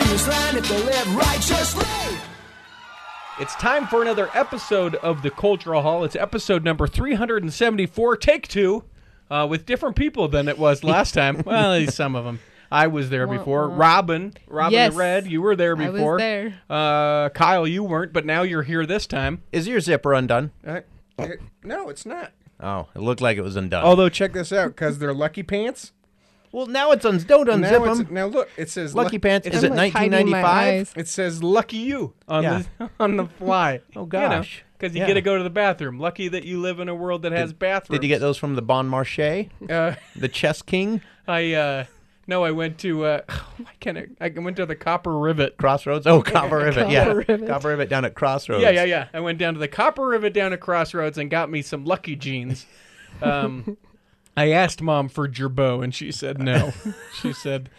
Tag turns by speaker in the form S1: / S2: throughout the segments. S1: to live righteously.
S2: It's time for another episode of the Cultural Hall. It's episode number 374, take two, uh, with different people than it was last time. well, at least some of them. I was there
S3: Wah,
S2: before.
S3: wah.
S2: Robin, Robin
S3: Yes.
S2: the Red, you were there
S3: I was
S2: before.
S3: there.
S2: Uh, Kyle, you weren't, but now you're here this time.
S4: Is your zipper undone?
S5: Uh, it- no, it's not.
S4: Oh, it looked like it was undone.
S5: Although check this out, because they're lucky pants.
S4: well, now it's un- don't
S5: Now,
S4: unzip
S5: it's,
S4: them.
S5: now look, it says
S4: Lucky
S5: luck-
S4: pants.
S3: It's
S4: Is it
S3: like hiding my
S4: 1995?
S3: eyes.
S5: It says lucky you.
S2: on
S4: Yeah.
S2: the on the fly.
S4: Oh, gosh.
S2: because you,
S4: Yeah.
S2: get to go to the bathroom. Lucky that you live in a world that has bathrooms.
S4: Did you get those from the Bon Marché?
S5: Uh,
S4: The Chess King?
S2: I uh, no, I went to uh, why can't I? I went to the Copper Rivet.
S4: Crossroads? Oh, Copper Rivet. Yeah.
S3: Copper Rivet.
S4: Copper Rivet down at Crossroads.
S2: Yeah, yeah, yeah. I went down to the Copper Rivet down at Crossroads and got me some Lucky jeans. Um, I asked mom for Gerbo and she said no. she said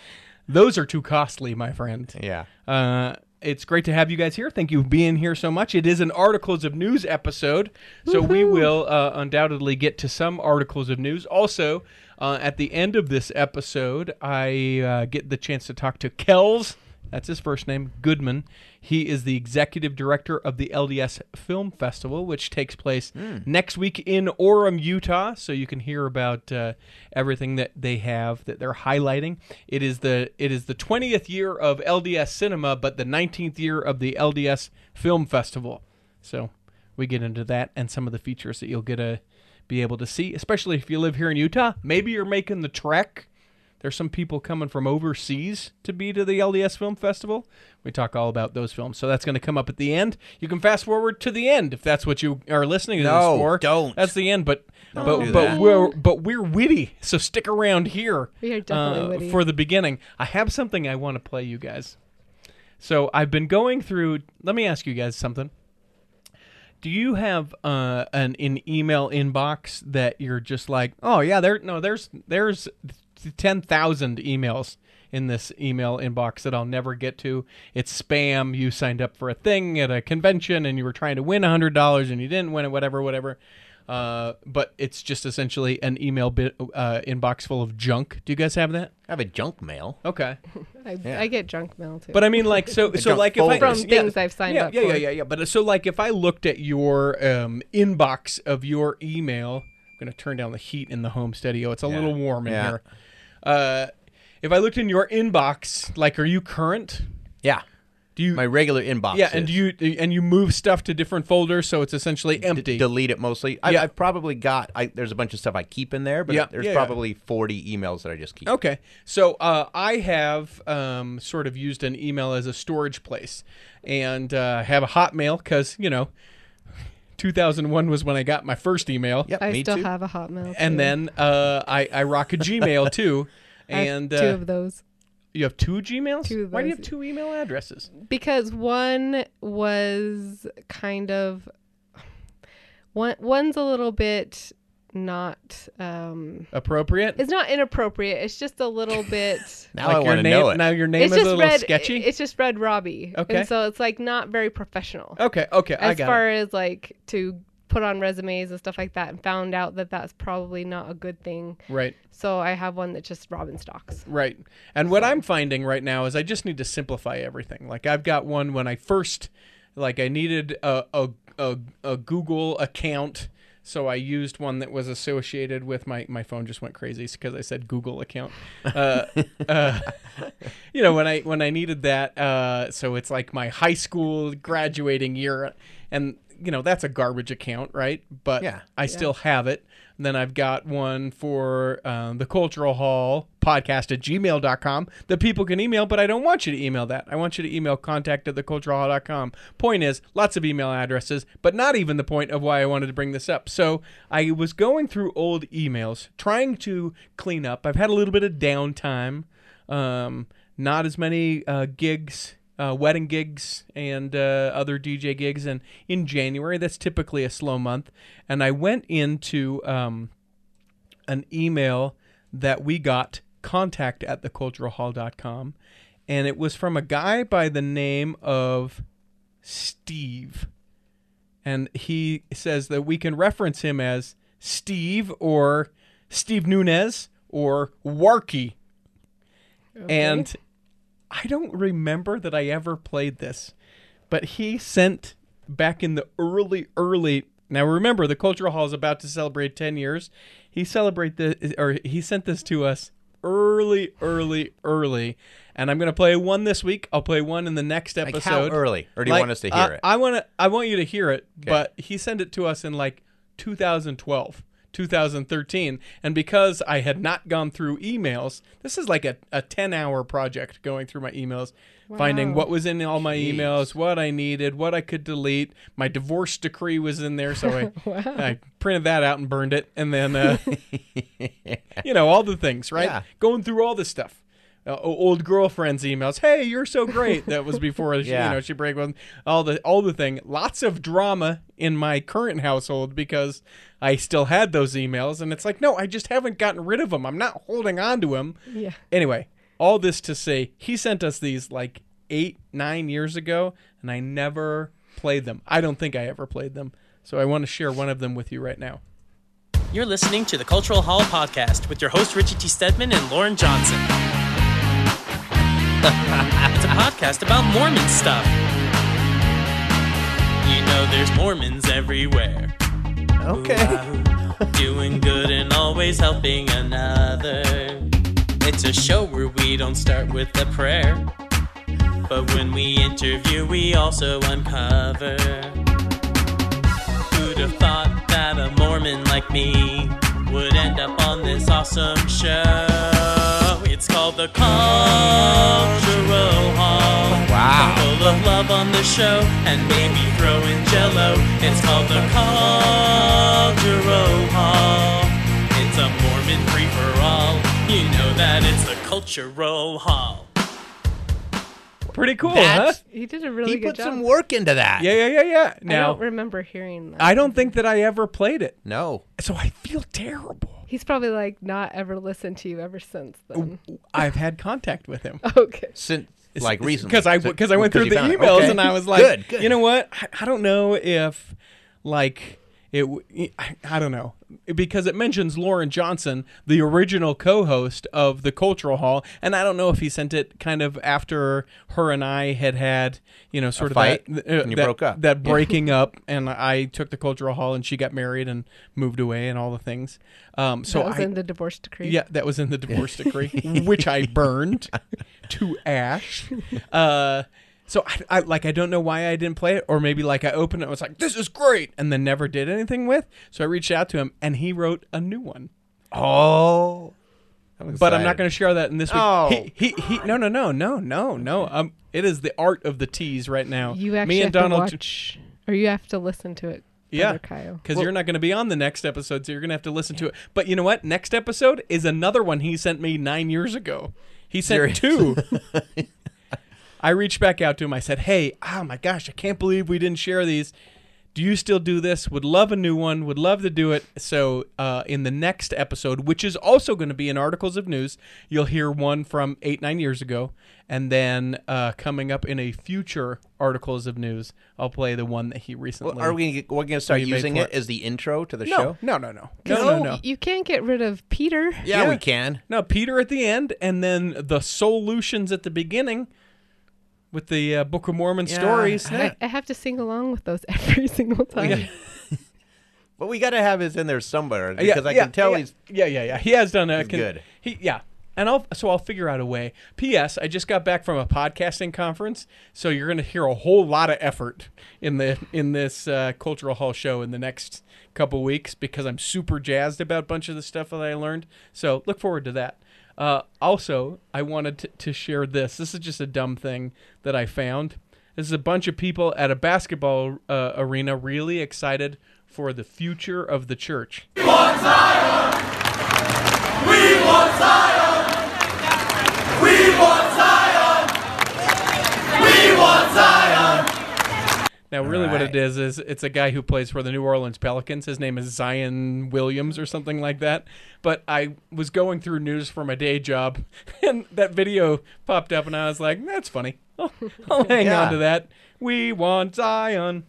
S2: those are too costly, my friend.
S4: Yeah.
S2: Uh, it's great to have you guys here. Thank you for being here so much. It is an articles of news episode, so we will uh, undoubtedly get to some articles of news. Also, uh, at the end of this episode, I uh, get the chance to talk to Kells. That's his first name, Goodman. He is the executive director of the LDS Film Festival, which takes place next week in Orem, Utah. So you can hear about uh, everything that they have that they're highlighting. It is the it is the 20th year of LDS cinema, but the 19th year of the LDS Film Festival. So we get into that and some of the features that you'll get to be able to see, especially if you live here in Utah. Maybe you're making the trek. There's some people coming from overseas to be to the LDS Film Festival. We talk all about those films. So that's going to come up at the end. You can fast forward to the end if that's what you are listening to
S4: No,
S2: this for.
S4: don't.
S2: That's the end, but but
S4: do
S2: but
S4: that.
S2: we're but we're witty. So stick around here uh,
S3: We are definitely witty.
S2: for the beginning. I have something I want to play you guys. So I've been going through let me ask you guys something. Do you have uh, an an email inbox that you're just like, oh yeah, there no there's there's ten thousand emails in this email inbox that I'll never get to. It's spam. You signed up for a thing at a convention and you were trying to win hundred dollars and you didn't win it, whatever, whatever. Uh, but it's just essentially an email bit, uh, inbox full of junk. Do you guys have that?
S4: I have a junk mail.
S2: Okay.
S3: I, I get junk mail too.
S2: But uh, I mean, like, so, so
S4: junk
S2: like, if I
S4: folder.
S3: From things I've signed
S2: yeah,
S3: up
S2: yeah, yeah,
S3: for.
S2: yeah, yeah. But uh, so, like, if I looked at your um, inbox of your email, I'm gonna turn down the heat in the home studio. It's a little warm in
S4: Yeah.
S2: here. Uh, if I looked in your inbox, like, are you current?
S4: Yeah.
S2: Do you?
S4: My regular inbox.
S2: yeah, and
S4: is.
S2: do you and you move stuff to different folders, so it's essentially empty.
S4: delete it mostly. I,
S2: Yeah.
S4: I've probably got. I, there's a bunch of stuff I keep in there, but
S2: Yeah,
S4: there's
S2: yeah, Oh, yeah.
S4: probably 40 emails that I just keep.
S2: Okay. So uh, I have um, sort of used an email as a storage place and uh, have a Hotmail because, you know, 2001 was when I got my first email.
S4: Yep.
S3: I
S4: me
S3: still
S4: too.
S3: have a Hotmail. too.
S2: And then uh, I, I rock a Gmail too.
S3: I have
S2: And
S3: two
S2: uh,
S3: of those
S2: you have two Gmails?
S3: Two of
S2: Why do you
S3: those.
S2: have two email addresses?
S3: because one was kind of one one's a little bit not um
S2: Appropriate?
S3: it's not inappropriate it's just a little bit
S4: Now I
S2: Like your
S4: want to
S2: name-
S4: know it.
S2: Now your name
S3: it's
S2: is a
S3: just
S2: little
S3: red
S2: sketchy?
S3: it's just red robbie
S2: Okay.
S3: and so it's like not very professional
S2: okay. Okay. I
S3: as
S2: got it.
S3: far as like to put on resumes and stuff like that and found out that that's probably not a good thing
S2: Right.
S3: so i have one that's just robin stocks
S2: Right. And what I'm finding right now is I just need to simplify everything. Like I've got one when I first like I needed a a, a, a Google account. So I used one that was associated with my my phone just went crazy because I said Google account. Uh, uh, you know when I when I needed that. Uh, so it's like my high school graduating year, and you know that's a garbage account, right? But
S4: Yeah.
S2: I still have it. And then I've got one for um, the Cultural Hall podcast at gmail.com that people can email, but I don't want you to email that. I want you to email contact at theculturalhall.com. Point is, lots of email addresses, but not even the point of why I wanted to bring this up. So I was going through old emails, trying to clean up. I've had a little bit of downtime, um, not as many uh, gigs uh, wedding gigs and uh, other DJ gigs. And in January, that's typically a slow month. And I went into um, an email that we got contact at theculturalhall.com. And it was from a guy by the name of Steve. And he says that we can reference him as Steve or Steve Nunez or Warky. And I don't remember that I ever played this, but he sent back in the early, early. Now remember, the Cultural Hall is about to celebrate 10 years. He celebrate the, or he sent this to us early, early, early. And I'm gonna play one this week. I'll play one in the next episode.
S4: Like how early? Or do you
S2: Like, uh,
S4: want us to hear
S2: I-
S4: it?
S2: I want to. I want you to hear it, but he sent it to us in like 2012, 2013, and because I had not gone through emails, this is like a, a 10 hour project going through my emails, finding what was in all my emails, what I needed, what I could delete. My divorce decree was in there, so I I printed that out and burned it, and then uh, you know all the things, right?
S4: Yeah.
S2: Going through all this stuff. Uh, o- old girlfriend's emails. Hey, you're so great. That was before she,
S4: Yeah.
S2: you know she break with all the all the thing. Lots of drama in my current household because I still had those emails, and it's like, no, I just haven't gotten rid of them. I'm not holding on to them.
S3: Yeah.
S2: Anyway, all this to say, he sent us these like eight, nine years ago, and I never played them. I don't think I ever played them. So I want to share one of them with you right now.
S6: You're listening to the Cultural Hall Podcast with your hosts Richie T. Stedman and Lauren Johnson. it's a podcast about Mormon stuff. You know there's Mormons everywhere.
S4: Okay.
S6: Doing good and always helping another. It's a show where we don't start with a prayer. But when we interview, we also uncover. Who'd have thought that a Mormon like me would end up on this awesome show? It's called The Cultural Hall.
S4: Wow.
S6: Full of love on the show and maybe throw in jello. It's called The Cultural Hall. It's a Mormon free for all. You know that it's The Cultural Hall.
S2: Pretty cool,
S4: That's-
S2: huh?
S3: He did Oh, a really
S4: he
S3: good
S4: put
S3: job.
S4: some work into that.
S2: Yeah, yeah, yeah, yeah. Now
S3: I don't remember hearing that.
S2: I don't think that I ever played it.
S4: No.
S2: So I feel terrible.
S3: He's probably like not ever listened to you ever since then.
S2: I've had contact with him.
S3: Okay.
S4: Since like recently.
S2: Because I,
S4: So-
S2: because I went through
S4: you
S2: the
S4: found it.
S2: emails
S4: Okay.
S2: and I was like,
S4: good, good.
S2: you know what? I, I don't know if, like, it, w- I, I don't know. Because it mentions Lauren Johnson, the original co host of The Cultural Hall. And I don't know if he sent it kind of after her and I had had, you know, sort of
S4: fight
S2: that, uh,
S4: and you
S2: that-
S4: broke up.
S2: That breaking up. And I took The Cultural Hall and she got married and moved away and all the things. Um, so
S3: that was
S2: I,
S3: in the divorce decree.
S2: Yeah, that was in the divorce decree, which I burned to ash. Uh, so I, I like I don't know why I didn't play it, or maybe like I opened it and was like, "This is great," and then never did anything with. So I reached out to him, and he wrote a new one.
S4: Oh.
S2: But I'm not going to share that in this week.
S4: Oh.
S2: He, he, he, no, no, no, no, no, no. Um, it is the art of the tease right now.
S3: You actually
S2: Me and
S3: have
S2: Donald,
S3: to watch, or you have to listen to it.
S2: yeah,
S3: better, Kyle.
S2: because you're not going to be on the next episode, so you're going to have to listen to it. But you know what? Next episode is another one he sent me nine years ago. He sent two. I reached back out to him. I said, "Hey, oh my gosh, I can't believe we didn't share these. Do you still do this? Would love a new one. Would love to do it." So, uh, in the next episode, which is also going to be in articles of news, you'll hear one from eight nine years ago, and then uh, coming up in a future articles of news, I'll play the one that he recently.
S4: Are we we're going to start
S2: made
S4: using
S2: for
S4: it
S2: it.
S4: as the intro to the
S2: No,
S4: show?
S2: no, no, no, no, no, no.
S3: You can't get rid of Peter.
S4: Yeah,
S2: Yeah.
S4: we can.
S2: No, Peter at the end, and then the solutions at the beginning with the uh, Book of Mormon stories.
S3: Uh, I, I have to sing along with those every single time.
S2: Yeah.
S4: But we got to have his in there somewhere
S2: Yeah,
S4: because I
S2: yeah,
S4: can tell
S2: yeah,
S4: he's
S2: yeah, yeah, yeah. He has done a
S4: He's good.
S2: He yeah. And I'll so I'll figure out a way. P.S. I just got back from a podcasting conference, so you're going to hear a whole lot of effort in the in this uh, cultural hall show in the next couple weeks because I'm super jazzed about a bunch of the stuff that I learned. So look forward to that. Uh, also, I wanted to, to share this. This is just a dumb thing that I found. This is a bunch of people at a basketball uh, arena really excited for the future of the church. Now, really, what it
S4: right.
S2: is is it's a guy who plays for the New Orleans Pelicans. His name is Zion Williams or something like that. But I was going through news for my day job, and that video popped up, and I was like, "That's funny. I'll, I'll hang on
S4: Yeah.
S2: to that." We want Zion.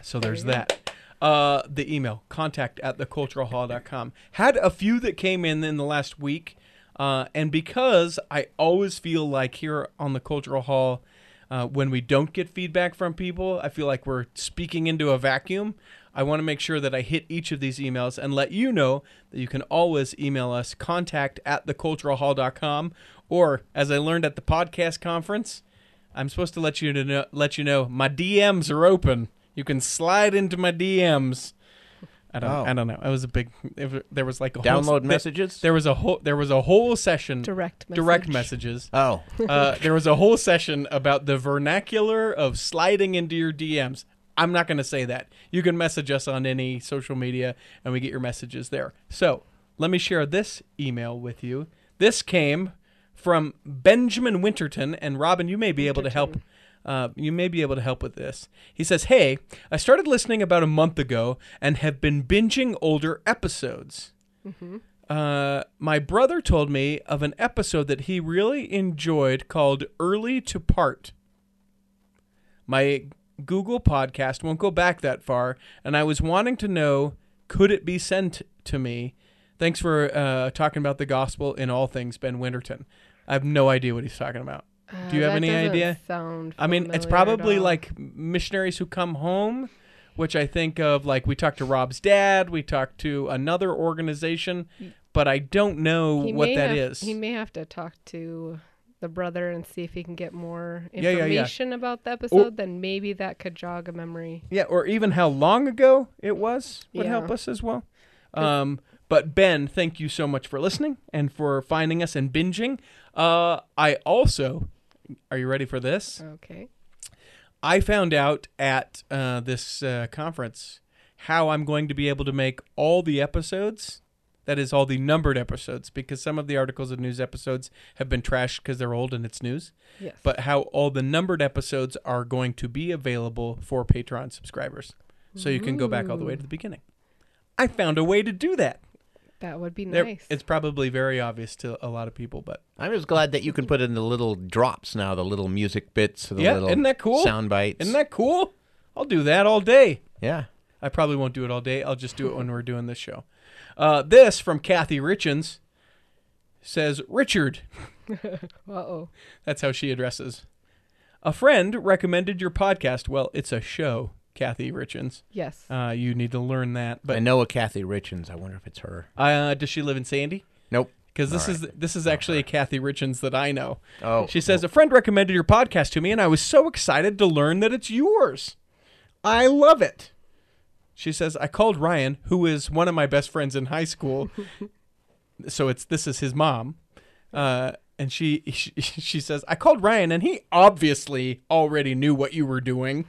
S2: So there's that. Uh, the email contact at theculturalhall.com had a few that came in in the last week. Uh, and because I always feel like here on the Cultural Hall, uh, when we don't get feedback from people, I feel like we're speaking into a vacuum. I want to make sure that I hit each of these emails and let you know that you can always email us contact at theculturalhall.com or, as I learned at the podcast conference, I'm supposed to let you to know, let you know my DMs are open. You can slide into my DMs. I don't.
S4: Oh.
S2: I don't know. It was a big. It, there was like a whole,
S4: Download
S2: there-
S4: messages?
S2: There was a whole. There was a whole session.
S3: Direct message.
S2: Direct messages.
S4: oh.
S2: Uh, there was a whole session about the vernacular of sliding into your DMs. I'm not going to say that. You can message us on any social media and we get your messages there. So let me share this email with you. This came from Benjamin Winterton. And Robin, you may be able to help. Uh, you may be able to help with this. He says, Hey, I started listening about a month ago and have been binging older episodes. Uh, my brother told me of an episode that he really enjoyed called Early to Part. My Google podcast won't go back that far, and I was wanting to know could it be sent to me? Thanks for uh, talking about the gospel in all things, Ben Winterton. I have no idea what he's talking about.
S3: Uh,
S2: Do you have
S3: that
S2: any
S3: doesn't
S2: idea?
S3: Sound
S2: I mean, it's
S3: familiar at
S2: probably
S3: all.
S2: like missionaries who come home, which I think of like we talked to Rob's dad, we talked to another organization, but I don't know
S3: Mm. He
S2: what
S3: may
S2: that
S3: have-
S2: is.
S3: He may have to talk to the brother and see if he can get more
S2: Yeah, yeah, yeah.
S3: information about the episode. then maybe that could jog a memory.
S2: Yeah, or even how long ago it was would
S3: Yeah.
S2: help us as well. Um, but Ben, thank you so much for listening and for finding us and binging. Uh, I also, are you ready for this?
S3: Okay.
S2: I found out at uh, this uh, conference how I'm going to be able to make all the episodes. That is all the numbered episodes because some of the articles of news episodes have been trashed because they're old and it's news.
S3: Yes.
S2: But how all the numbered episodes are going to be available for Patreon subscribers. So you can go back all the way to the beginning. I found a way to do that.
S3: that would be
S2: There-
S3: nice.
S2: It's probably very obvious to a lot of people, but
S4: I'm just glad that you can put in the little drops now, the little music bits, the
S2: Yeah,
S4: little
S2: isn't that cool?
S4: sound bites.
S2: isn't that cool? I'll do that all day.
S4: Yeah.
S2: I probably won't do it all day. I'll just do it when we're doing this show. Uh, this from Kathy Richens says, Richard,
S3: uh oh.
S2: that's how she addresses. A friend recommended your podcast. Well, it's a show, Kathy Richens.
S3: Yes.
S2: Uh, you need to learn that.
S4: I
S2: But
S4: know a Kathy Richens. I wonder if it's her.
S2: uh, does she live in Sandy?
S4: Nope.
S2: Because this is this is actually a Kathy Richens that I know.
S4: Oh.
S2: She says a friend recommended your podcast to me, and I was so excited to learn that it's yours. I love it. She says I called Ryan, who is one of my best friends in high school. so it's this is his mom, uh, and she, she she says I called Ryan, and he obviously already knew what you were doing.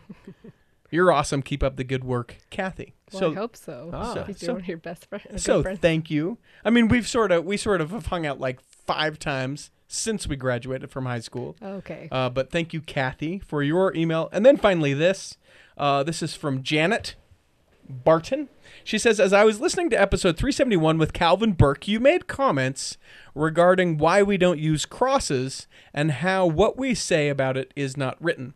S2: You're awesome. Keep up the good work, Kathy.
S3: Well,
S2: so
S3: I hope so.
S2: Ah.
S3: He's
S2: So-
S3: one of your best friends.
S2: so thank you. I mean, we've sort of we sort of have hung out like five times since we graduated from high school.
S3: okay.
S2: Uh, but thank you, Kathy, for your email. And then finally, this. Uh, this is from Janet Barton. She says, As I was listening to episode 371 with Calvin Burke, you made comments regarding why we don't use crosses and how what we say about it is not written.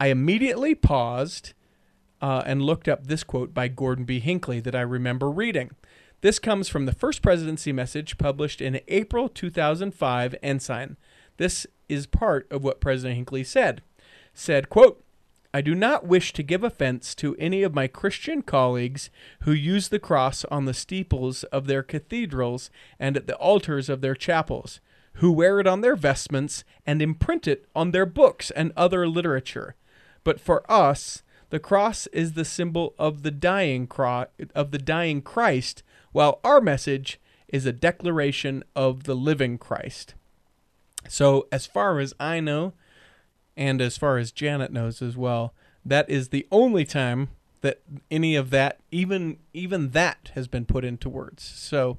S2: I immediately paused uh, and looked up this quote by Gordon B. Hinckley that I remember reading. This comes from the First Presidency Message published in April 2005, Ensign. This is part of what President Hinckley said. Said, quote, I do not wish to give offense to any of my Christian colleagues who use the cross on the steeples of their cathedrals and at the altars of their chapels, who wear it on their vestments and imprint it on their books and other literature. But for us, the cross is the symbol of the dying cro- of the dying Christ, while our message is a declaration of the living Christ. So, as far as I know, and as far as Janet knows as well, that is the only time that any of that, even even that, has been put into words. So,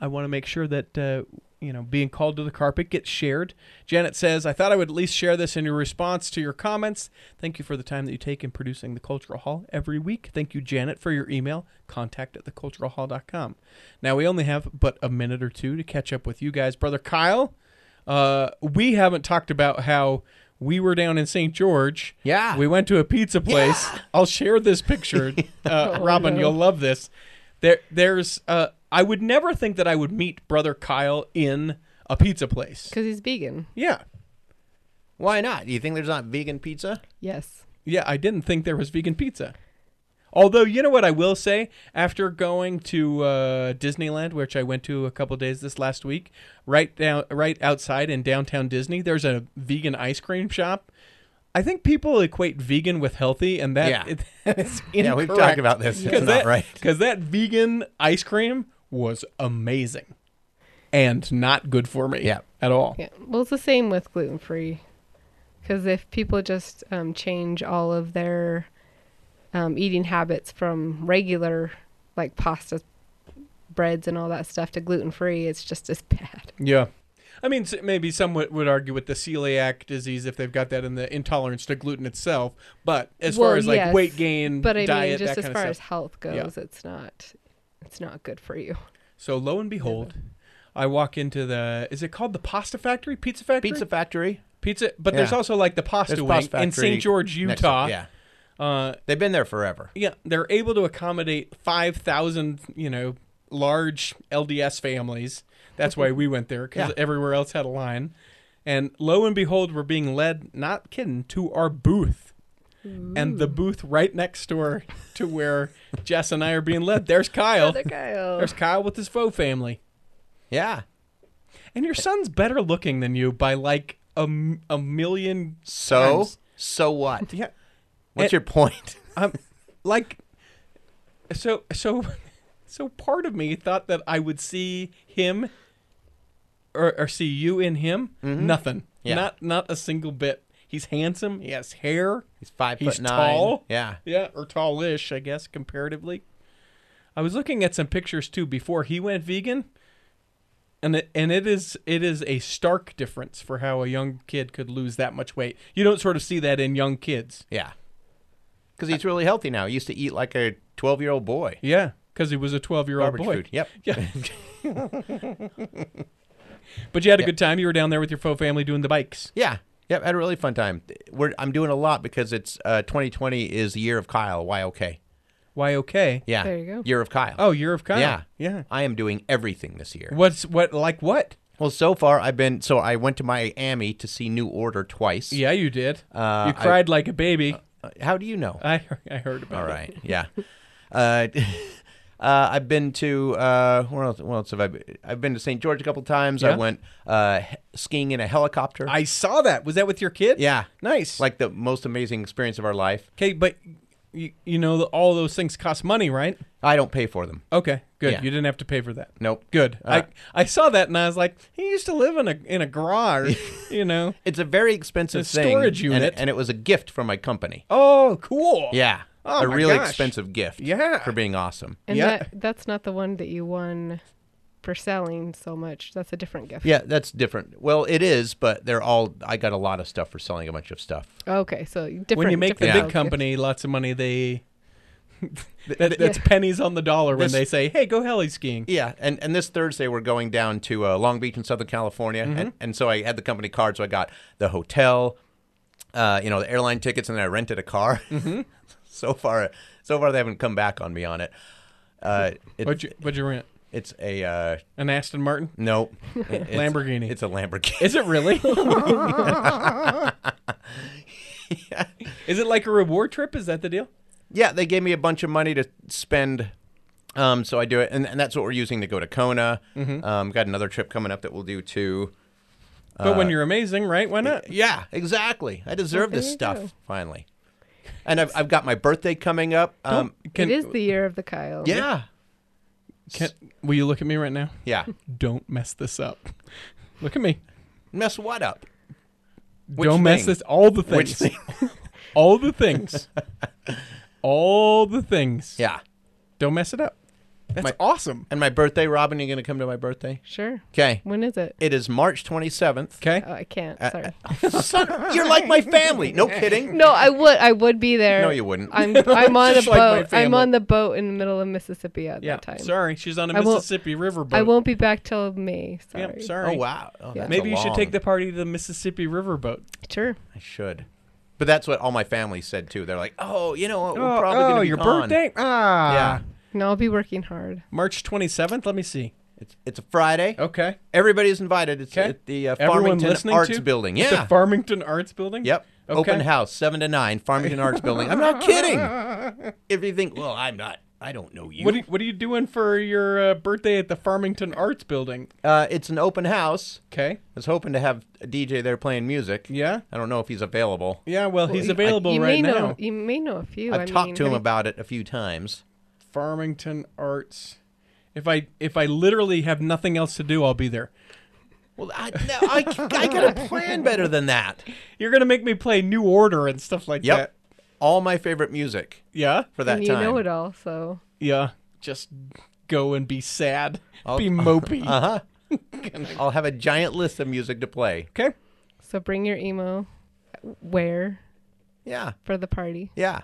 S2: I want to make sure that uh, you know being called to the carpet gets shared. Janet says, "I thought I would at least share this in your response to your comments. Thank you for the time that you take in producing the Cultural Hall every week. Thank you, Janet, for your email. Contact at theculturalhall.com. Now we only have but a minute or two to catch up with you guys, brother Kyle. Uh, we haven't talked about how." We were down in St. George.
S4: Yeah.
S2: We went to a pizza place. I'll share this picture. Uh, Robin, you'll love this. There, there's uh, I would never think that I would meet brother Kyle in a pizza place.
S3: because he's vegan.
S2: Yeah.
S4: Why not? Do you think there's not vegan pizza?
S3: Yes.
S2: Yeah, I didn't think there was vegan pizza. Although, you know what I will say? After going to uh, Disneyland, which I went to a couple days this last week, right down, right outside in downtown Disney, there's a vegan ice cream shop. I think people equate vegan with healthy, and that
S4: Yeah.
S2: that's
S4: Yeah, we've talked about this. It's not right.
S2: Because that vegan ice cream was amazing, and not good for me
S4: Yeah.
S2: at all.
S3: Yeah. Well, it's the same with gluten free, because if people just um, change all of their um, eating habits from regular, like pasta, breads, and all that stuff to gluten free, it's just as bad.
S2: Yeah. I mean, s- maybe some would, would argue with the celiac disease if they've got that in the intolerance to gluten itself. But as far
S3: Well,
S2: as like
S3: yes,
S2: weight gain,
S3: But I
S2: diet,
S3: mean, just
S2: that
S3: as
S2: kind
S3: far
S2: of
S3: as
S2: stuff.
S3: health
S2: Yeah. Oh.
S3: goes, it's not, it's not good for you.
S2: So lo and behold, I walk into the is it called the Pasta Factory, Pizza Factory,
S4: Pizza factory.
S2: Pizza. But there's
S4: Yeah.
S2: also like the Pasta
S4: There's
S2: Wing
S4: Pasta Factory
S2: in St. George,
S4: next
S2: Utah.
S4: to- yeah,
S2: Uh,
S4: they've been there forever.
S2: yeah, they're able to accommodate five thousand, you know, large LDS families. That's why we went there because
S4: Yeah.
S2: everywhere else had a line. And lo and behold, we're being led, not kidding, to our booth, and the booth right next door to where Jess and I are being led. There's Kyle.
S3: Brother Kyle.
S2: There's Kyle with his faux family,
S4: Yeah,
S2: and your son's better looking than you by like a, m- a million.
S4: So
S2: times.
S4: so what?
S2: yeah,
S4: What's
S2: It-
S4: your point?
S2: um, like so so so part of me thought that I would see him or, or see you in him nothing
S4: Mm-hmm. Yeah.
S2: not not a single bit he's handsome he has hair
S4: He's five
S2: he's
S4: foot nine.
S2: tall
S4: Yeah,
S2: yeah or tallish I guess comparatively I was looking at some pictures too before he went vegan and it, and it is it is a stark difference for how a young kid could lose that much weight you don't sort of see that in young kids
S4: yeah. Because he's really healthy now. He used to eat like a twelve-year-old boy.
S2: yeah because he was a 12 year old
S4: Garbage
S2: boy
S4: food. Yep.
S2: Yeah. but you had a good time. You were down there with your faux family doing the bikes.
S4: Yeah. Yep. Had a really fun time. We're, I'm doing a lot because it's uh, 2020 is the year of Kyle. Why? Okay.
S2: Why? Okay.
S4: Yeah.
S3: There you go.
S4: Year of Kyle.
S2: Oh, year of Kyle.
S4: Yeah.
S2: Yeah.
S4: I am doing everything this year.
S2: What's what? Like what?
S4: Well, so far I've been. So I went to Miami to see New Order twice.
S2: Yeah, you did.
S4: Uh,
S2: you
S4: I-
S2: cried like a baby.
S4: Uh, How do you know?
S2: I I heard about.
S4: All
S2: it.
S4: right. Yeah. Uh, uh, I've been to uh, where else? Where else have I? Been? I've been to St. George a couple times.
S2: Yeah.
S4: I went uh, he- skiing in a helicopter.
S2: I saw that. Was that with your kid?
S4: yeah,
S2: Nice.
S4: like the most amazing experience of our life.
S2: okay, but you, you know all those things cost money, right?
S4: I don't pay for them.
S2: Okay, good.
S4: Yeah.
S2: You didn't have to pay for that.
S4: Nope.
S2: Good.
S4: Uh,
S2: I I saw that and I was like, he used to live in a in a garage, you know.
S4: It's a very expensive
S2: It's a
S4: thing,
S2: storage
S4: and-
S2: unit.
S4: and, it was a gift from my company.
S2: Oh, cool.
S4: Yeah,
S2: Oh
S4: a
S2: my
S4: really
S2: gosh.
S4: expensive gift.
S2: Yeah.
S4: for being awesome.
S3: and
S2: yeah.
S3: that that's not the one that you won for selling so much. That's a different gift.
S4: Yeah, that's different. Well, it is, but they're all. I got a lot of stuff for selling a bunch of stuff.
S3: Okay, so different.
S2: when you make the big
S3: different
S4: Yeah.
S3: style of gift.
S2: company lots of money, they that, that's pennies on the dollar when
S4: This-
S2: they say, "Hey, go heli skiing."
S4: Yeah, and, and this Thursday we're going down to uh, Long Beach in Southern California,
S2: Mm-hmm.
S4: and, and so I had the company card, so I got the hotel, uh, you know, the airline tickets, and then I rented a car.
S2: Mm-hmm.
S4: so far, so far they haven't come back on me on it. Uh, it's,
S2: What'd you, what'd you rent?
S4: it's a uh,
S2: An Aston Martin?
S4: no it- it's-
S2: Lamborghini.
S4: It's a Lamborghini.
S2: Is it really? Is it like a reward trip? Is that the deal?
S4: yeah, they gave me a bunch of money to spend. Um, so I do it, and, and that's what we're using to go to Kona.
S2: Mm-hmm.
S4: Um, got another trip coming up that we'll do too.
S2: But
S4: Uh,
S2: when you're amazing, right? Why not?
S4: Yeah, exactly. I deserve
S3: Well,
S4: this
S3: there
S4: stuff
S3: you go.
S4: finally. And I've, I've got my birthday coming up. Um,
S2: Can,
S3: it is the year of the Kyle.
S4: yeah,
S2: can- will you look at me right now?
S4: yeah.
S2: Don't mess this up. Look at me.
S4: Mess what up? Which
S2: Don't mess
S4: thing?
S2: this. All the
S4: Which
S2: things.
S4: thing?
S2: All the things. all the things.
S4: yeah.
S2: Don't mess it up. That's
S4: My-
S2: awesome.
S4: And my birthday, Robin, you going to come to my birthday?
S3: Sure.
S4: Okay.
S3: When is it?
S4: It is March 27th.
S2: Okay.
S3: Oh, I can't.
S4: Uh,
S3: Sorry.
S4: Son, you're like my family. No kidding.
S3: No, I would. I would be there.
S4: No, you wouldn't.
S3: I'm. I'm on a
S2: Just like my
S3: boat. I'm
S2: family.
S3: on the boat in the middle of Mississippi at
S2: yeah.
S3: that time.
S2: Sorry, she's on a
S3: I won't-
S2: Mississippi River boat.
S3: I won't be back till May. Sorry.
S2: Yep, sorry.
S4: Oh, wow. Oh, that's
S2: Maybe
S4: a
S2: you should
S4: long-
S2: take the party to the Mississippi Riverboat.
S3: Sure.
S4: I should. But that's what all my family said, too. They're like, oh, you know what? We're probably going to be
S2: Oh, your
S4: gone."
S2: birthday? Ah.
S4: Yeah.
S3: and I'll be working hard.
S2: March 27th. Let me see.
S4: It's it's a Friday.
S2: Okay.
S4: Everybody's invited. It's
S2: Okay.
S4: at the uh,
S2: Everyone
S4: Farmington
S2: listening
S4: Arts
S2: to?
S4: Building.
S2: It's
S4: Yeah.
S2: The Farmington Arts Building.
S4: Yep.
S2: Okay.
S4: Open house, seven to nine, Farmington Arts Building. I'm not kidding. If you think, well, I'm not, I don't know you.
S2: What are, you- what are you doing for your uh, birthday at the Farmington Arts Building?
S4: uh, it's an open house.
S2: Okay.
S4: I was hoping to have a DJ there playing music.
S2: Yeah.
S4: I don't know if he's available.
S2: Yeah. Well, he's
S3: you-
S2: available
S3: you
S2: right
S3: may
S2: now.
S3: Know, you may know a few.
S4: I've
S3: I
S4: talked
S3: mean,
S4: to him
S3: have-
S4: about it a few times.
S2: Farmington Arts. If I if I literally have nothing else to do, I'll be there.
S4: Well, I, no, I, I got a plan better than that.
S2: You're gonna make me play New Order and stuff like
S4: Yep.
S2: that.
S4: All my favorite music
S2: Yeah.
S4: for that
S3: and you
S4: time.
S3: know it all, so
S2: Yeah. Just go and be sad. be
S4: Uh-huh.
S2: mopey.
S4: I'll have a giant list of music to play.
S2: okay.
S3: so bring your emo wear
S4: Yeah.
S3: for the party.
S4: Yeah.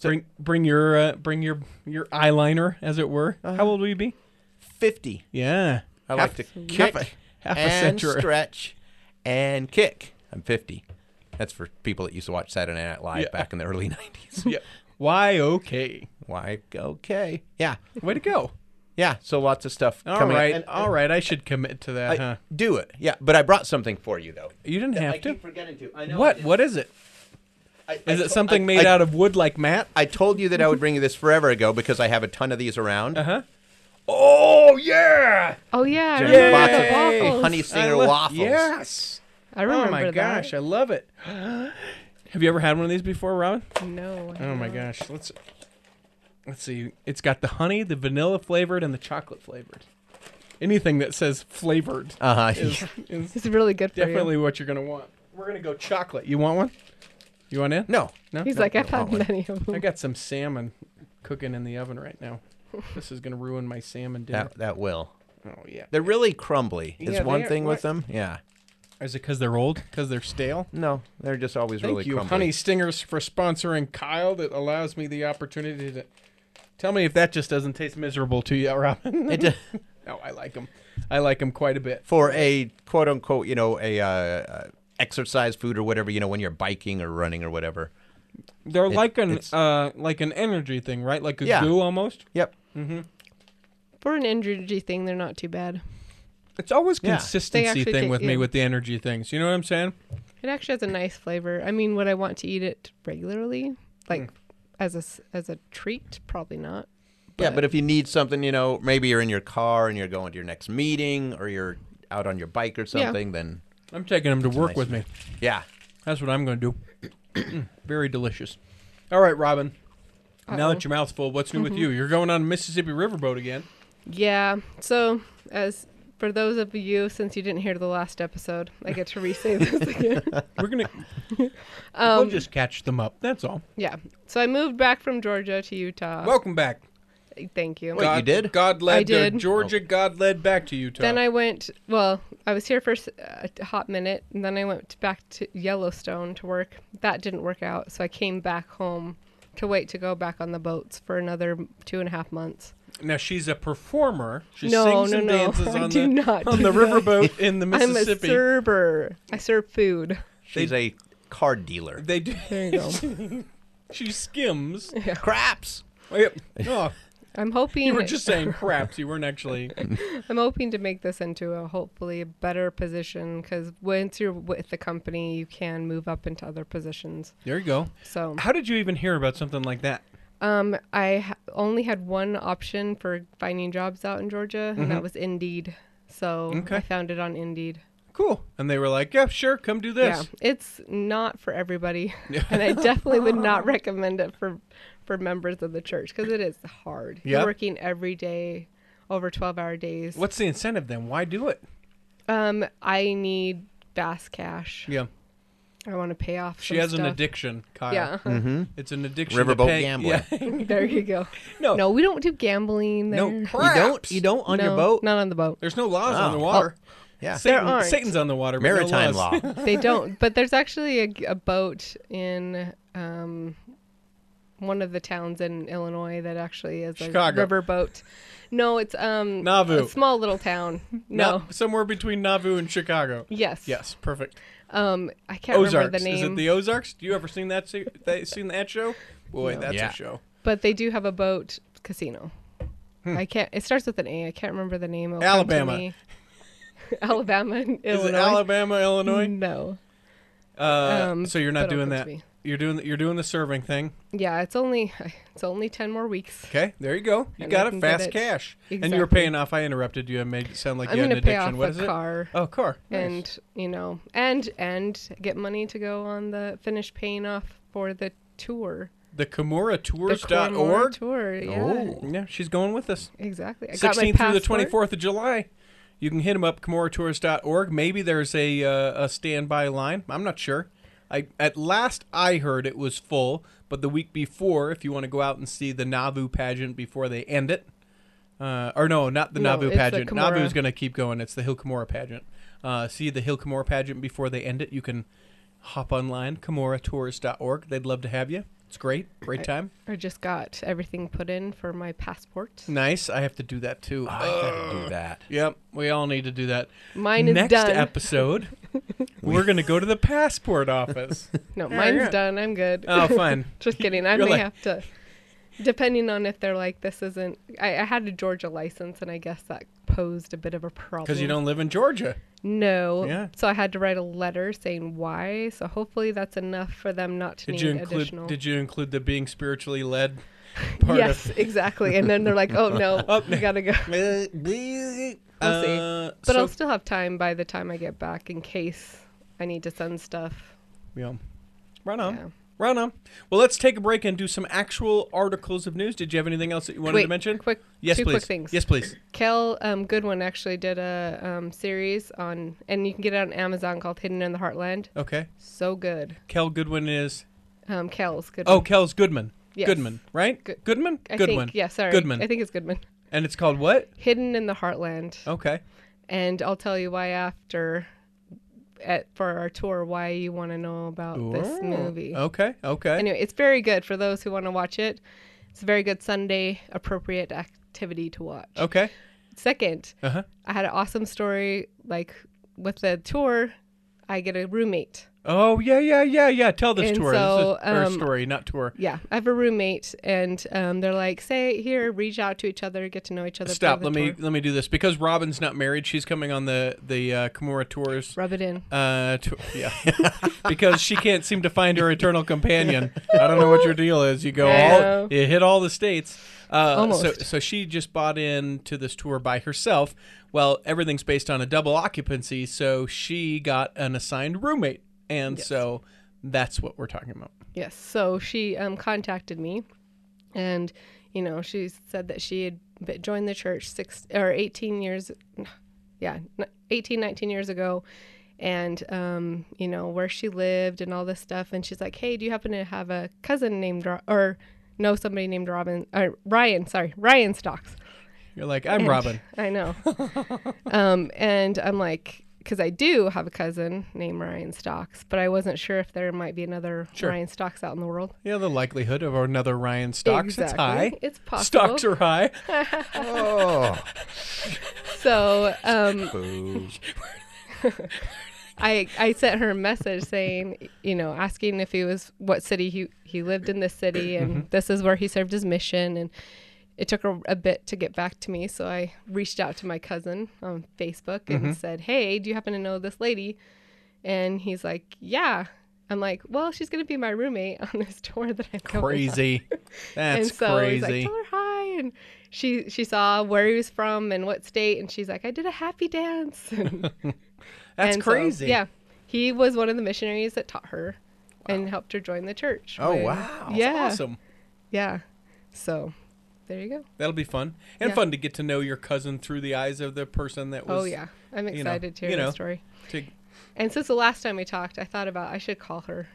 S2: bring bring your uh, bring your your eyeliner, as it were.
S4: Uh-huh.
S2: How old will you be?
S4: 50.
S2: Yeah.
S4: I
S2: half,
S4: like to
S2: half
S4: kick
S2: a- half a
S4: and
S2: century.
S4: stretch and kick. I'm 50. That's for people that used to watch Saturday Night Live
S2: Yeah.
S4: back in the early 90s.
S2: Yeah. Why? Okay.
S4: Why? Okay. Yeah.
S2: Way to go.
S4: Yeah. So lots of stuff
S2: All right.
S4: coming. And uh,
S2: All right. I should commit to that.
S4: I-
S2: huh?
S4: Do it. Yeah. But I brought something for you, though.
S2: You didn't
S4: I
S2: have to.
S4: keep forgetting to. I know I
S2: What?
S4: did.
S2: What is it?
S4: I- I
S2: Is
S4: to-
S2: it something
S4: I-
S2: made
S4: I-
S2: out of wood like Matt?
S4: I told you that I would bring you this forever ago because I have a ton of these around.
S2: Uh-huh.
S4: Oh, yeah.
S3: Oh yeah, I
S4: Jennifer
S3: remember
S4: Box
S3: the
S4: of
S3: waffles.
S4: Honey Singer
S2: I lo-
S4: waffles.
S2: Yes.
S3: I remember
S2: oh my
S3: that.
S2: gosh, I love it. Have you ever had one of these before, Robin?
S3: no. I
S2: Oh my
S3: don't.
S2: gosh. Let's let's see. It's got the honey, the vanilla flavored, and the chocolate flavored. Anything that says flavored
S4: Uh
S2: is,
S4: huh.
S2: is
S3: This is really good for you.
S2: definitely what you're gonna want. We're gonna go chocolate. You want one? You want in?
S4: No.
S2: No.
S3: He's
S2: No.
S3: like, I've had
S4: probably.
S3: many of
S2: I
S3: them.
S2: got some salmon cooking in the oven right now. This is gonna ruin my salmon dinner.
S4: That, that will.
S2: Oh yeah.
S4: They're really crumbly. Is
S2: Yeah,
S4: one
S2: they are-
S4: thing with
S2: what-
S4: them? Yeah.
S2: Is it because they're old? Because they're stale?
S4: No, they're just always
S2: Thank
S4: really
S2: you,
S4: crumbly.
S2: Honey Stingers, for sponsoring Kyle. That allows me the opportunity to tell me if that just doesn't taste miserable to you, Robin.
S4: It-
S2: no, Oh, I like them. I like them quite a bit.
S4: for a quote unquote, you know, a uh, uh, exercise food or whatever, you know, when you're biking or running or whatever.
S2: They're like an
S4: it's-
S2: uh, like an energy thing, right? Like a
S4: Yeah.
S2: goo almost.
S4: Yep.
S3: For an energy thing, they're not too bad.
S2: It's always
S4: Yeah.
S3: They
S2: consistency
S3: actually
S2: thing
S3: ta-
S2: with me
S3: yeah.
S2: with the energy things. You know what I'm saying?
S3: It actually has a nice flavor. I mean, would I want to eat it regularly, like
S2: Hmm.
S3: as a s- as a treat? Probably not.
S4: yeah, but if you need something, you know, maybe you're in your car and you're going to your next meeting or you're out on your bike or something, then
S2: I'm taking them to work
S4: nice
S2: with me.
S4: yeah.
S2: That's what I'm going to do. Mm, Very delicious. All right, Robin. Now that your mouth's full, what's new
S3: Mm-hmm.
S2: with you? You're going on Mississippi Riverboat again.
S3: Yeah. So, as for those of you since you didn't hear the last episode, I get to re-say this again.
S2: We're gonna.
S3: Um,
S2: we'll just catch them up. That's all.
S3: Yeah. So I moved back from Georgia to Utah.
S2: Welcome back.
S3: Thank you.
S4: Wait, you did?
S2: God led
S3: uh, I
S2: to
S3: did.
S2: Georgia. God led back to Utah.
S3: Then I went. Well, I was here for s- a hot minute, and then I went back to Yellowstone to work. That didn't work out, so I came back home to wait to go back on the boats for another two and a half months.
S2: now she's a performer. She
S3: No,
S2: sings
S3: no,
S2: and
S3: no.
S2: dances
S3: I
S2: on
S3: do
S2: the
S3: not
S2: on
S3: do
S2: the
S3: that.
S2: riverboat in the
S3: I'm a
S2: Mississippi.
S3: server. I serve food.
S4: She's a car dealer.
S2: They do.
S3: There you go.
S2: She skims.
S4: Craps.
S2: Oh, yep. Oh,
S3: I'm hoping
S2: you were just saying craps. You weren't actually.
S3: I'm hoping to make this into a hopefully better position because once you're with the company, you can move up into other positions.
S2: There you go.
S3: So
S2: How did you even hear about something like that?
S3: Um, I ha- only had one option for finding jobs out in Georgia, and that was Indeed. So
S2: Mm-hmm. Okay.
S3: I found it on Indeed.
S2: Cool. And they were like, "Yeah, sure, come do this."
S3: Yeah, it's not for everybody, and I definitely would not recommend it for for members of the church because it is hard.
S2: Yeah.
S3: You're working every day, over twelve-hour days.
S2: What's the incentive then? Why do it?
S3: Um, I need fast cash.
S2: Yeah.
S3: I want to pay off.
S2: She
S3: some
S2: has an
S3: stuff.
S2: addiction, Kyle.
S3: Yeah,
S2: It's an addiction.
S4: Riverboat
S2: to pay.
S4: gambling.
S2: Yeah.
S3: there you go.
S2: No.
S3: no, we don't do gambling. There.
S2: no
S4: You
S2: craps.
S4: don't you don't on your
S3: No,
S4: boat?
S3: Not on the boat.
S2: There's no laws on the
S4: Oh.
S2: water.
S4: Yeah.
S2: Ah. Satan,
S3: There aren't.
S2: Satan's on the water. but no
S4: Maritime
S2: laws.
S4: law.
S3: they don't. But there's actually a, a boat in um, one of the towns in Illinois that actually is a
S2: Chicago.
S3: river boat. No, it's um
S2: Nauvoo.
S3: a small little town. No.
S2: Not- somewhere between Nauvoo and Chicago.
S3: Yes.
S2: Yes, perfect.
S3: Um, I can't remember
S2: Ozarks.
S3: the
S2: Is
S3: name,
S2: it the Ozarks? Do you ever seen that? se- that- Seen that show? Boy, that's
S4: Yeah.
S2: a show.
S3: but they do have a boat casino. I can't. It starts with an A. I can't remember the name. It'll come to
S2: Hmm. Alabama.
S3: me. Alabama. and
S2: Is
S3: Illinois.
S2: it Alabama, Illinois?
S3: No.
S2: Uh,
S3: Um,
S2: so you're not
S3: but it'll
S2: doing
S3: come to
S2: that.
S3: me.
S2: You're doing you're doing the serving thing.
S3: Yeah, it's only it's only ten more weeks.
S2: Okay, there you go. You
S3: And I
S2: got
S3: can
S2: it.
S3: get
S2: Fast
S3: it.
S2: cash. And you were
S3: Exactly.
S2: paying off. I interrupted you and made it sound like
S3: I'm
S2: you had an
S3: gonna pay
S2: addiction.
S3: off
S2: What
S3: a
S2: is it?
S3: car.
S2: Oh, car. Nice.
S3: and you know and and get money to go on the finish paying off for the tour
S2: the
S3: the Cornwall
S2: KamuraTours.org.
S3: tour yeah
S2: Yeah, she's going with us.
S3: exactly I got my
S2: Oh. Sixteenth through the
S3: passport.
S2: twenty fourth of July. You can hit them up KamuraTours.org. Maybe there's a uh, a standby line. I'm not sure. I at last I heard it was full, but the week before, if you want to go out and see the Nauvoo pageant before they end it, uh, or no, not the
S3: No,
S2: Nauvoo
S3: it's the
S2: pageant.
S3: Kimura.
S2: Nauvoo's going to keep going. It's the Hill Kimura pageant. Uh, see the Hill Kimura pageant before they end it. You can hop online KamuraTours.org. They'd love to have you. It's great, great time.
S3: I just got everything put in for my passport
S2: Nice. I have to do that
S3: Oh,
S2: too.
S4: I gotta do that.
S2: Yep, we all need to do that.
S3: mine is
S2: Next
S3: done
S2: episode, we're gonna go to the passport office.
S3: no
S2: Yeah,
S3: mine's
S2: yeah.
S3: done I'm good
S2: Oh, fine.
S3: just kidding I
S2: You're
S3: may
S2: like-
S3: have to depending on if they're like this isn't I, I had a Georgia license and I guess that posed a bit of a problem
S2: Because you don't live in Georgia.
S3: no
S2: Yeah.
S3: so I had to write a letter saying why so hopefully that's enough for them not to
S2: Did
S3: need
S2: you include?
S3: additional
S2: Did you include the being spiritually led part
S3: yes, exactly. And then they're like, "Oh no, we gotta go."
S2: of? Uh, we-
S3: We'll see.
S2: uh,
S3: But
S2: so-
S3: I'll still have time by the time I get back in case I need to send stuff.
S2: yeah. Right on.
S3: Yeah.
S2: Right on. Well, let's take a break and do some actual articles of news. Did you have anything else that you wanted
S3: Wait,
S2: to mention?
S3: quick,
S2: yes,
S3: two
S2: please.
S3: quick things.
S2: Yes, please.
S3: Kel um, Goodwin actually did a um, series on, and you can get it on Amazon called "Hidden in the Heartland."
S2: Okay.
S3: So good,
S2: Kel Goodwin is.
S3: um, Kel's good.
S2: Oh, Kel's Goodman.
S3: Yes.
S2: Goodman, right?
S3: Good-
S2: Goodman.
S3: I
S2: Goodwin.
S3: Think, yeah, sorry,
S2: Goodman.
S3: I think it's Goodman.
S2: And it's called what?
S3: Hidden in the Heartland,
S2: Okay.
S3: and I'll tell you why after. At, for our tour, why you want to know about this
S2: Ooh.
S3: movie?
S2: Oh. Okay. Okay.
S3: anyway, it's very good for those who want to watch it. It's a very good Sunday appropriate activity to watch.
S2: Okay.
S3: 2nd
S2: Oh. Uh-huh.
S3: I had an awesome story like with the tour. I get a roommate.
S2: Oh yeah, yeah, yeah, yeah. Tell this
S3: And
S2: tour.
S3: so,
S2: this is or
S3: um,
S2: story, not tour.
S3: Yeah, I have a roommate, and um, they're like, "Say here, reach out to each other, get to know each other."
S2: Stop.
S3: play
S2: Let
S3: the
S2: me
S3: tour."
S2: let me do this because Robin's not married. She's coming on the the uh, Kimura tours.
S3: rub it in.
S2: Uh, tour yeah, because she can't seem to find her eternal companion. I don't know what your deal is. You go
S3: I
S2: all,
S3: know.
S2: you hit all the states. Uh, So,
S3: Almost.
S2: so she just bought into this tour by herself. Well, everything's based on a double occupancy, so she got an assigned roommate, and so that's what we're talking about.
S3: Yes. So she um, contacted me, and you know she said that she had be- joined the church six or eighteen years, yeah, n- 18, 19 years ago, and um, you know where she lived and all this stuff. And she's like, "Hey, do you happen to have a cousin named Ro- or know somebody named Robin or Ryan? Sorry, Ryan Stocks."
S2: You're like, I'm
S3: And-
S2: Robin.
S3: I know. um, and I'm like, because I do have a cousin named Ryan Stocks, but I wasn't sure if there might be another
S2: Sure.
S3: Ryan Stocks out in the world.
S2: Yeah, the likelihood of another Ryan Stocks it's
S3: Exactly.
S2: high.
S3: It's possible.
S2: Stocks are high.
S4: Oh,
S3: So um,
S4: boo.
S3: I I sent her a message saying, you know, asking if he was what city he he lived in this city and this is where he served his mission and it took her a bit to get back to me, so I reached out to my cousin on Facebook and said, "Hey, do you happen to know this lady?" And he's like, "Yeah." I'm like, "Well, she's gonna be my roommate on this tour that I'm going on."
S2: Crazy. That's
S3: and so he's like,
S2: crazy.
S3: tell her hi. And she she saw where he was from and what state, and she's like, I did a happy dance. And,
S2: That's
S3: and so,
S2: crazy.
S3: yeah, he was one of the missionaries that taught her and helped her join the church.
S4: Oh
S3: when-
S4: wow.
S3: yeah,
S2: Awesome.
S3: yeah. So there you go.
S2: That'll be fun. And
S3: Yeah.
S2: fun to get to know your cousin through the eyes of the person that was
S3: oh yeah, I'm
S2: know,
S3: excited to hear
S2: you
S3: the
S2: know.
S3: story.
S2: to
S3: And since the last time we talked, I thought about I should call her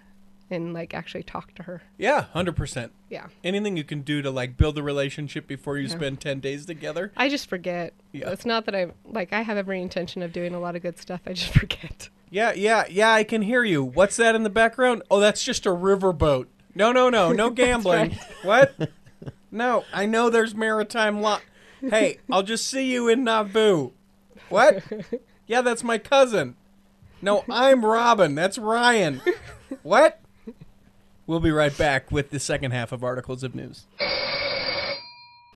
S3: and like actually talk to her.
S2: Yeah, 100%.
S3: Yeah,
S2: Anything you can do to like build a relationship before you spend 10 days together.
S3: I just forget.
S2: Yeah.
S3: It's not that I like I have every intention of doing a lot of good stuff. I just forget.
S2: Yeah, yeah, yeah, I can hear you. What's that in the background? Oh, that's just a riverboat. No, no, no, no gambling. What? No, I know there's maritime law. Hey, I'll just see you in Nauvoo. What? Yeah, that's my cousin. No, I'm Robin. That's Ryan. What? We'll be right back with the second half of Articles of News.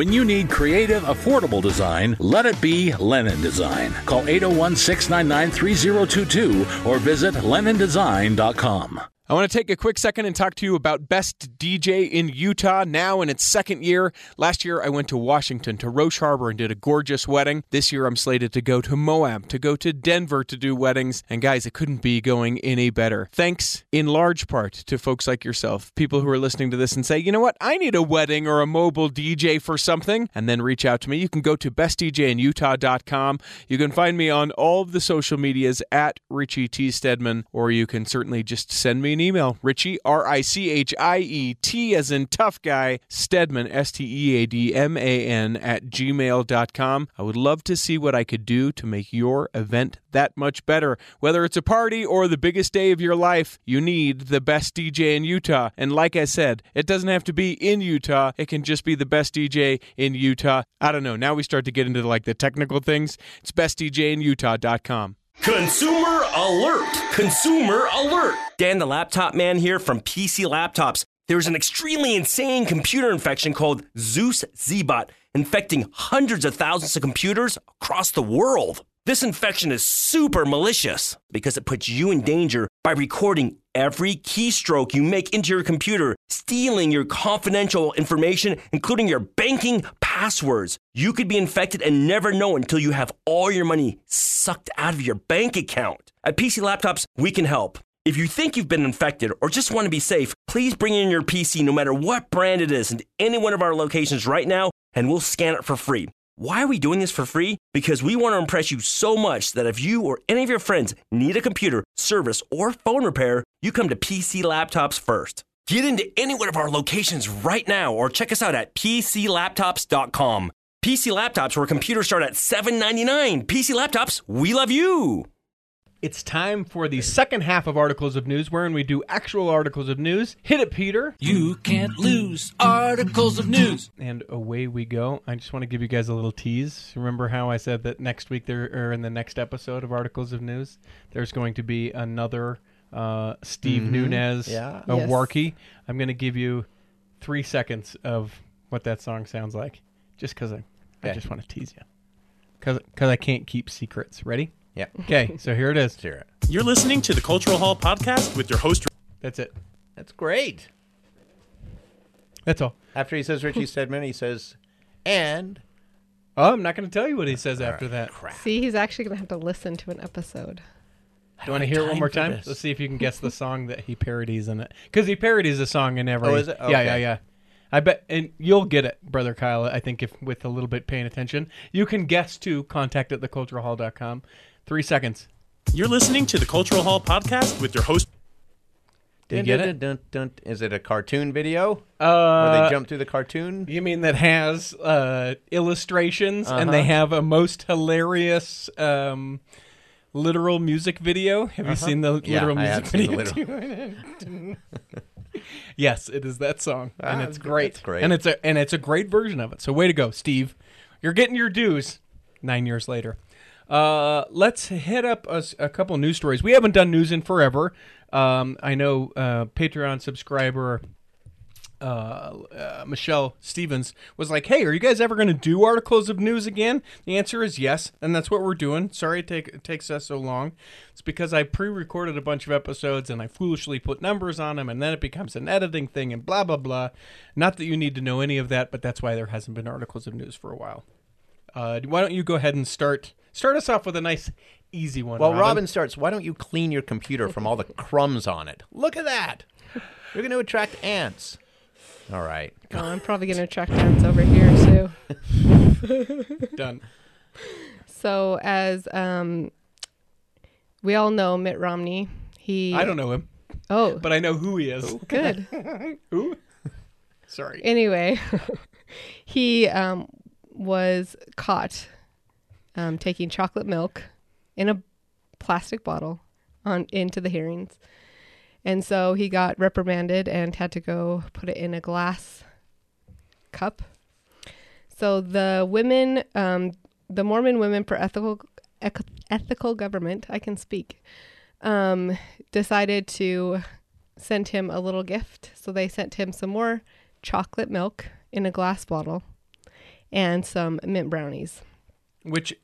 S7: When you need creative, affordable design, let it be Lennon Design. Call 801 699 3022 or visit LennonDesign.com.
S2: I want to take a quick second and talk to you about Best DJ in Utah now in its second year. Last year, I went to Washington, to Roche Harbor, and did a gorgeous wedding. This year, I'm slated to go to Moab, to go to Denver to do weddings. And guys, it couldn't be going any better. Thanks in large part to folks like yourself, people who are listening to this and say, you know what, I need a wedding or a mobile DJ for something, and then reach out to me. You can go to bestdjinutah.com. You can find me on all of the social medias at Richie T. Stedman, or you can certainly just send me an email. Richie, R I C H I E T, as in tough guy, Stedman, S T E A D M A N, at gmail.com. I would love to see what I could do to make your event that much better. Whether it's a party or the biggest day of your life, you need the best DJ in Utah. And like I said, it doesn't have to be in Utah, it can just be the best DJ in Utah. I don't know. Now we start to get into like the technical things. It's bestdjinutah.com.
S8: Consumer alert! Consumer alert! Dan the Laptop Man here from PC Laptops. There's an extremely insane computer infection called Zeus Zbot, infecting hundreds of thousands of computers across the world. This infection is super malicious because it puts you in danger by recording every keystroke you make into your computer, stealing your confidential information, including your banking passwords. You could be infected and never know until you have all your money sucked out of your bank account. At PC Laptops, we can help. If you think you've been infected or just want to be safe, please bring in your PC, no matter what brand it is, into any one of our locations right now, and we'll scan it for free. Why are we doing this for free? Because we want to impress you so much that if you or any of your friends need a computer, service, or phone repair, you come to PC Laptops first. Get into any one of our locations right now or check us out at PCLaptops.com. PC Laptops, where computers start at $7.99. PC Laptops, we love you!
S2: It's time for the second half of Articles of News, wherein we do actual articles of news. Hit it, Peter.
S1: You can't lose articles of news.
S2: And away we go. I just want to give you guys a little tease. Remember how I said that next week there, or in the next episode of Articles of News, there's going to be another uh, Steve Nunez
S4: Mm-hmm. Yeah.
S2: a
S3: Yes.
S2: Warkey. I'm going to give you three seconds of what that song sounds like, just because I, I
S4: Okay.
S2: just want to tease you, because I can't keep secrets. Ready?
S4: Yeah.
S2: Okay, so here it is.
S4: Let's hear it.
S6: You're listening to the Cultural Hall podcast with your host.
S2: That's it.
S4: That's great.
S2: That's all.
S4: After he says Richie Stedman, he says, and
S2: Oh, I'm not going to tell you what he says after that.
S3: See, he's actually going to have to listen to an episode.
S2: Do you want to hear it one
S4: time
S2: more
S4: for
S2: time?
S4: this.
S2: Let's see if you can guess the song that he parodies in it. Because he parodies a song in every.
S4: Oh, is it? Oh,
S2: yeah, yeah,
S4: okay.
S2: yeah. I bet, and you'll get it, brother Kyle. I think if with a little bit paying attention, you can guess to contact at theculturalhall.com. Three seconds.
S6: You're listening to the Cultural Hall podcast with your host.
S4: did
S2: you get it?
S4: Is it a cartoon video?
S2: Uh,
S4: Where they jump through the cartoon?
S2: You mean that has uh, illustrations and they have a most hilarious um, literal music video? Have you seen the
S4: Uh-huh. Yeah,
S2: literal
S4: I have
S2: music
S4: seen the
S2: video? too? yes, it is that song, and it's great.
S4: Ah, that's great.
S2: and it's a and it's a great version of it. So way to go, Steve! You're getting your dues. Nine years later. Uh, let's hit up a, s- a couple news stories. We haven't done news in forever. Um, I know uh, Patreon subscriber uh, Michelle Stevens was like, "Hey, are you guys ever going to do articles of news again?" The answer is yes, and that's what we're doing. Sorry it, take, it takes us so long. It's because I pre-recorded a bunch of episodes and I foolishly put numbers on them, and then it becomes an editing thing and blah blah blah. Not that you need to know any of that, but that's why there hasn't been articles of news for a while. Uh, why don't you go ahead and start start us off with a nice easy one?
S4: Well, Robin. starts, why don't you clean your computer from all the crumbs on it? Look at that. You're going to attract ants. All right.
S3: Oh, I'm probably going to track ants over here too.
S2: done.
S3: So, as um, we all know, Mitt Romney. He.
S2: I don't know him,
S3: Oh,
S2: but I know who he is.
S3: good.
S2: Sorry.
S3: Anyway, he um, was caught um, taking chocolate milk in a plastic bottle on into the hearings, and so he got reprimanded and had to go put it in a glass cup. So the women, um, the Mormon women for ethical ec- ethical government, I can speak, um, decided to send him a little gift. So they sent him some more chocolate milk in a glass bottle and some mint brownies.
S2: Which,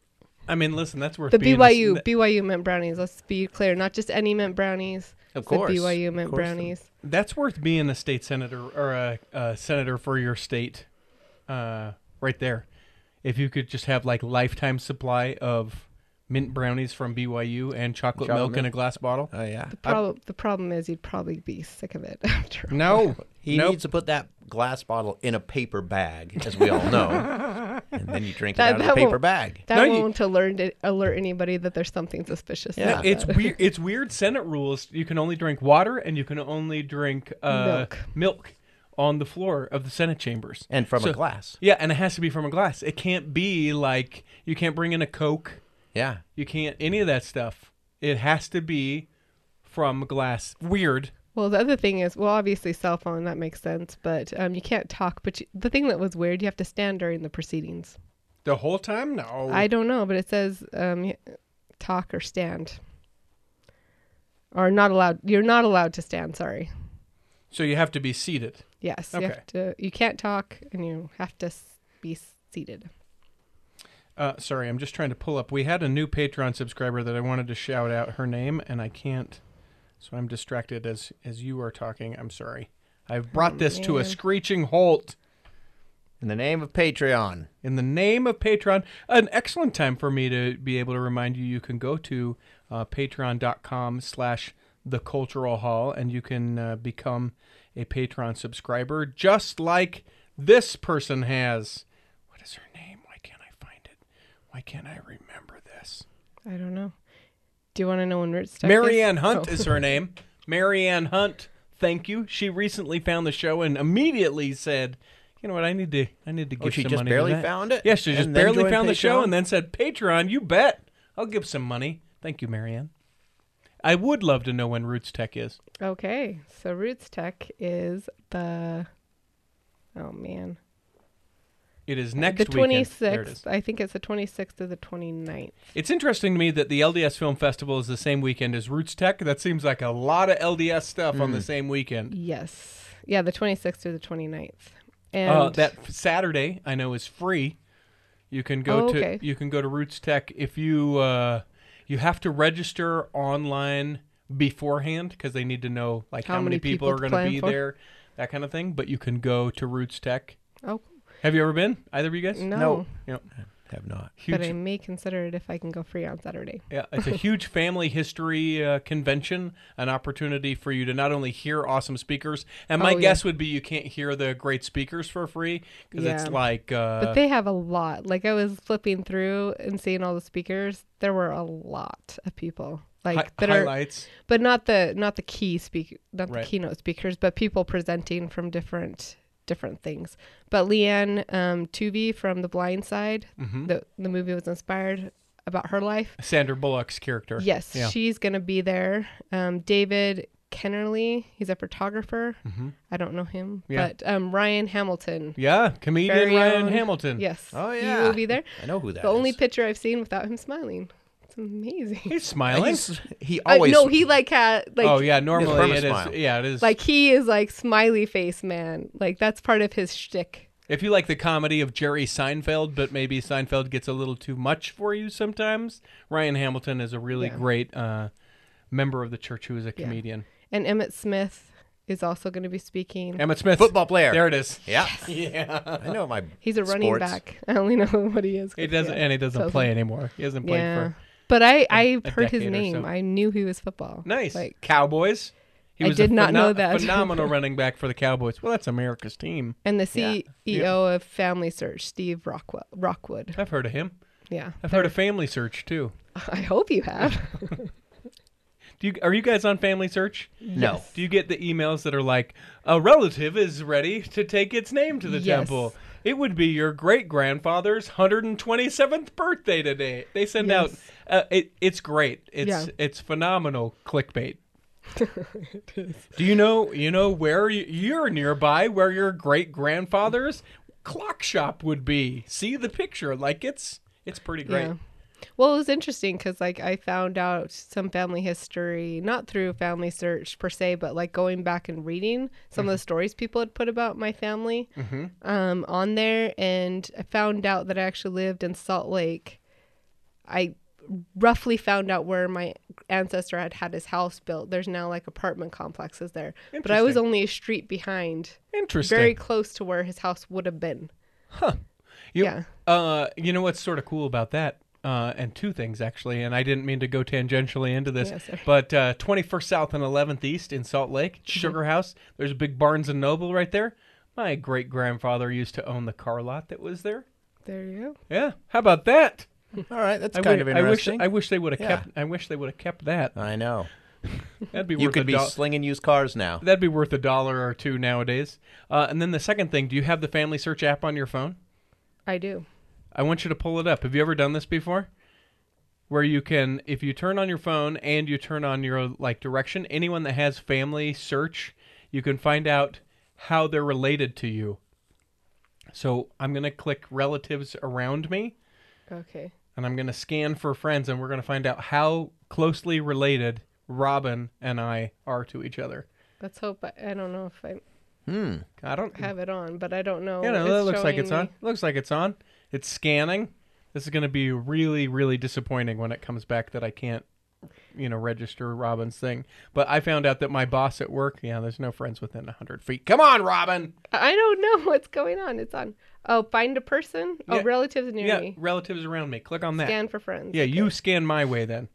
S2: I mean, listen, that's worth
S3: The
S2: being a-
S3: BYU
S2: th-
S3: BYU mint brownies. Let's be clear, not just any mint brownies.
S4: Of
S3: the
S4: course,
S3: BYU
S4: of
S3: mint
S4: course.
S3: brownies.
S2: that's worth being a state senator or a, a senator for your state, uh, right there. If you could just have like lifetime supply of mint brownies from BYU and chocolate, milk, in a glass bottle.
S4: Oh yeah.
S3: Prob- the problem is you'd probably be sick of it after. all.
S2: No,
S4: He
S2: Nope.
S4: needs to put that glass bottle in a paper bag, as we all know, and then you drink it
S3: That-
S4: out of
S3: that
S4: the paper
S3: won't-
S4: bag.
S3: That
S2: No, you-
S3: won't alert alert anybody that there's something suspicious.
S4: Yeah.
S3: about
S2: It's
S3: that.
S2: weird. It's weird. Senate rules: you can only drink water and you can only drink uh,
S3: Milk.
S2: milk on the floor of the Senate chambers
S4: And from
S2: So-
S4: a glass.
S2: Yeah, and it has to be from a glass. It can't be like you can't bring in a Coke.
S4: Yeah.
S2: You can't any of that stuff. It has to be from glass. Weird.
S3: Well, the other thing is, well, obviously cell phone that makes sense, but um, you can't talk. But you, the thing that was weird, you have to stand during the proceedings.
S2: The whole time? No.
S3: I don't know, but it says um, y- talk or stand, or not allowed. You're not allowed to stand. Sorry.
S2: so you have to be seated.
S3: Yes. You
S2: Okay.
S3: have to. You can't talk, and you have to s- be seated.
S2: Uh, sorry, I'm just trying to pull up. We had a new Patreon subscriber that I wanted to shout out her name, and I can't. So I'm distracted as as you are talking. I'm sorry. I've brought this to a screeching halt.
S4: In the name of Patreon.
S2: In the name of Patreon, an excellent time for me to be able to remind you you can go to uh, patreon.com slash the cultural hall and you can uh, become a Patreon subscriber just like this person has. What is her name? Why can't I find it? Why can't I remember this?
S3: I don't know. Do you want to know when Rootstock is?
S2: Marianne Hunt
S3: Oh.
S2: is her name. Marianne Hunt, thank you. She recently found the show and immediately said, "You know what? I need to. I need to give
S4: Oh, she
S2: Oh, some
S4: just
S2: money."
S4: barely
S2: to that.
S4: found it
S2: Yeah, she just
S4: and then
S2: barely
S4: joined
S2: found the show
S4: Patreon?
S2: and then said, "Patreon, you bet. I'll give some money." Thank you, Marianne. I would love to know when Roots Tech is.
S3: Okay, so Roots Tech is the. Oh man.
S2: It is next
S3: the
S2: weekend. There it is.
S3: 26th i think it's the 26th to the 29th
S2: It's interesting to me that the LDS Film Festival is the same weekend as Roots Tech. That seems like a lot of LDS stuff on
S3: Mm.
S2: the same weekend.
S3: yes yeah the 26th to the 29th and
S2: Uh, that f- Saturday I know is free. You can go
S3: Oh,
S2: to
S3: okay.
S2: you can go to Roots Tech if you uh, you have to register online beforehand because they need to know like how,
S3: How many people
S2: are
S3: to
S2: going
S3: plan
S2: be
S3: for?
S2: there, that kind of thing. But you can go to Roots Tech.
S3: oh
S2: Have you ever been? Either of you guys?
S3: no,
S2: No.
S4: Have not.
S2: Huge,
S3: but i may consider it if i can go free on saturday
S2: yeah, it's a huge family history uh, convention, an opportunity for you to not only hear awesome speakers, and my
S3: Oh, yeah.
S2: guess would be you can't hear the great speakers for free because it's
S3: Yeah.
S2: like uh,
S3: but they have a lot like i was flipping through and seeing all the speakers there were a lot of people like
S2: hi-
S3: that are
S2: highlights.
S3: but not the not the key speak not
S2: Right.
S3: the keynote speakers but people presenting from different different things but leanne um tuvey from the blind side
S2: Mm-hmm.
S3: the, the movie was inspired about her life
S2: Sandra Bullock's character.
S3: Yes,
S2: Yeah.
S3: she's going to be there. Um, David Kennerly, he's a photographer. I don't know him,
S2: Mm-hmm. Yeah.
S3: but um, Ryan Hamilton.
S2: yeah, comedian
S3: very
S2: Ryan
S3: own-
S2: Hamilton.
S3: Yes.
S4: Oh,
S3: He
S4: yeah.
S3: will be there.
S4: I know who that
S3: the only
S4: is.
S3: picture I've seen without him smiling. It's amazing.
S2: He's smiling.
S4: He's- he
S3: I,
S4: always.
S3: no, he like had like
S2: oh yeah, normally
S4: perma
S2: it is.
S4: smile.
S2: Yeah, it is.
S3: like he is like smiley face man. Like that's part of his shtick.
S2: if you like the comedy of Jerry Seinfeld, but maybe Seinfeld gets a little too much for you sometimes. Ryan Hamilton is a really
S3: Yeah.
S2: great uh, member of the church who is a comedian.
S3: And Emmett Smith is also going to be speaking.
S2: Emmett Smith,
S4: Football player.
S2: There it is.
S4: Yeah. Yeah. I know my.
S3: He's a running
S4: sports.
S3: back. I only know what he is. 'cause,
S2: He doesn't,
S3: yeah,
S2: and he doesn't
S3: tells
S2: play
S3: me.
S2: anymore. He hasn't played
S3: yeah.
S2: for
S3: But I I heard his
S2: decade or
S3: name.
S2: so.
S3: I knew he was football.
S2: nice
S3: Like
S2: Cowboys. He
S3: I
S2: was a
S3: did not know
S2: pheno-
S3: that.
S2: phenomenal running back for the Cowboys. Well, that's America's team.
S3: And the CEO of Family Search, Steve Rockwell, Rockwood.
S2: I've heard of him.
S3: Yeah.
S2: I've heard of Family Search too.
S3: I hope you have.
S9: Do you are you guys on Family Search?
S4: No.
S9: Do you get the emails that are like a relative is ready to take its name to the
S3: Yes.
S9: temple? It would be your great grandfather's 127th birthday today. They send
S3: Yes.
S9: out. Uh, it, it's great. It's
S3: Yeah.
S9: it's phenomenal clickbait. Do you know you know where you, you're nearby where your great grandfather's clock shop would be? See the picture. Like it's it's pretty great.
S3: Yeah. Well, it was interesting because like I found out some family history, not through family search per se, but like going back and reading some
S9: Mm-hmm.
S3: of the stories people had put about my family um, on there, and I found out that I actually lived in Salt Lake. I roughly found out where my ancestor had had his house built. There's now like apartment complexes there, but I was
S9: Interesting.
S3: only a street behind,
S9: Interesting.
S3: very close to where his house would have been.
S9: You,
S3: Yeah.
S9: Uh, you know what's sort of cool about that? Uh, and two things actually, and I didn't mean to go tangentially into this,
S3: Yes, sir.
S9: but uh, 21st South and 11th East in Salt Lake,
S3: Mm-hmm.
S9: Sugar House. There's a big Barnes and Noble right there. My great grandfather used to own the car lot that was there.
S3: There you go.
S9: Yeah, how about that?
S4: All right, that's
S9: I
S4: kind
S9: wi-
S4: of
S9: I wish
S4: interesting.
S9: I wish they would have
S4: Yeah. Uh,
S9: kept. I wish they would have kept that.
S4: I know.
S9: That'd be
S4: You
S9: worth a
S4: could be
S9: dol-
S4: slinging used cars now.
S9: That'd be worth a dollar or two nowadays. Uh, and then the second thing, do you have the Family Search app on your phone?
S3: I do.
S9: I want you to pull it up. Have you ever done this before? Where you can, if you turn on your phone and you turn on your like direction, anyone that has family search, you can find out how they're related to you. So I'm gonna click relatives around me,
S3: Okay.
S9: and I'm gonna scan for friends, and we're gonna find out how closely related Robin and I are to each other.
S3: Let's hope. I, I don't know if I
S9: Hmm. I don't
S3: have it on, but I don't know.
S9: Yeah, no,
S3: It's
S9: that looks like
S3: showing
S9: it's on.
S3: me-
S9: Looks like it's on. It's scanning. This is going to be really, really disappointing when it comes back that I can't, you know, register Robin's thing. But I found out that my boss at work, yeah, there's no friends within 100 feet. Come on, Robin.
S3: I don't know what's going on. It's on. Oh, find a person. Oh,
S9: Yeah.
S3: relatives near
S9: yeah,
S3: me.
S9: relatives around me. Click on that.
S3: Scan for friends.
S9: yeah, you scan my way then.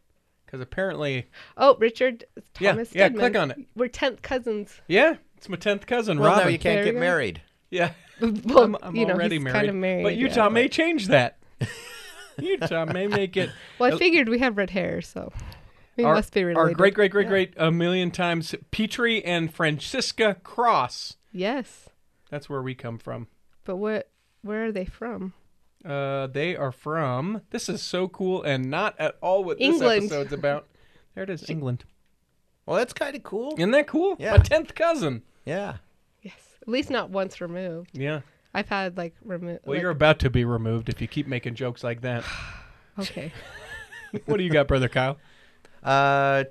S9: Because apparently,
S3: Oh, Richard
S9: Yeah,
S3: Thomas.
S9: yeah,
S3: Stedman.
S9: click on it.
S3: We're tenth cousins.
S9: yeah, it's my 10th cousin,
S4: Well,
S9: Robin.
S4: now you can't
S3: There you
S4: get
S3: go.
S4: married.
S9: Yeah.
S3: Well,
S9: I'm, I'm
S3: you know,
S9: already
S3: he's
S9: married.
S3: Kind of married.
S9: But
S3: yeah.
S9: Utah may change that. Utah may make it.
S3: Well, I figured we have red hair, so we
S9: our,
S3: must be related.
S9: our great, great, great, great, a million times Petrie and Francisca Cross.
S3: Yes,
S9: That's where we come from.
S3: but what? Where are they from?
S9: Uh, they are from. This is so cool and not at all what
S3: England.
S9: this episode's about. There it is, England.
S4: Well, that's kind of cool.
S9: Isn't that cool?
S4: Yeah.
S9: My tenth cousin.
S4: Yeah.
S3: Yes, at least not once removed.
S9: Yeah.
S3: I've had like removed.
S9: Well, you're about to be removed if you keep making jokes like that.
S3: okay.
S9: what do you got, brother Kyle?
S4: Uh,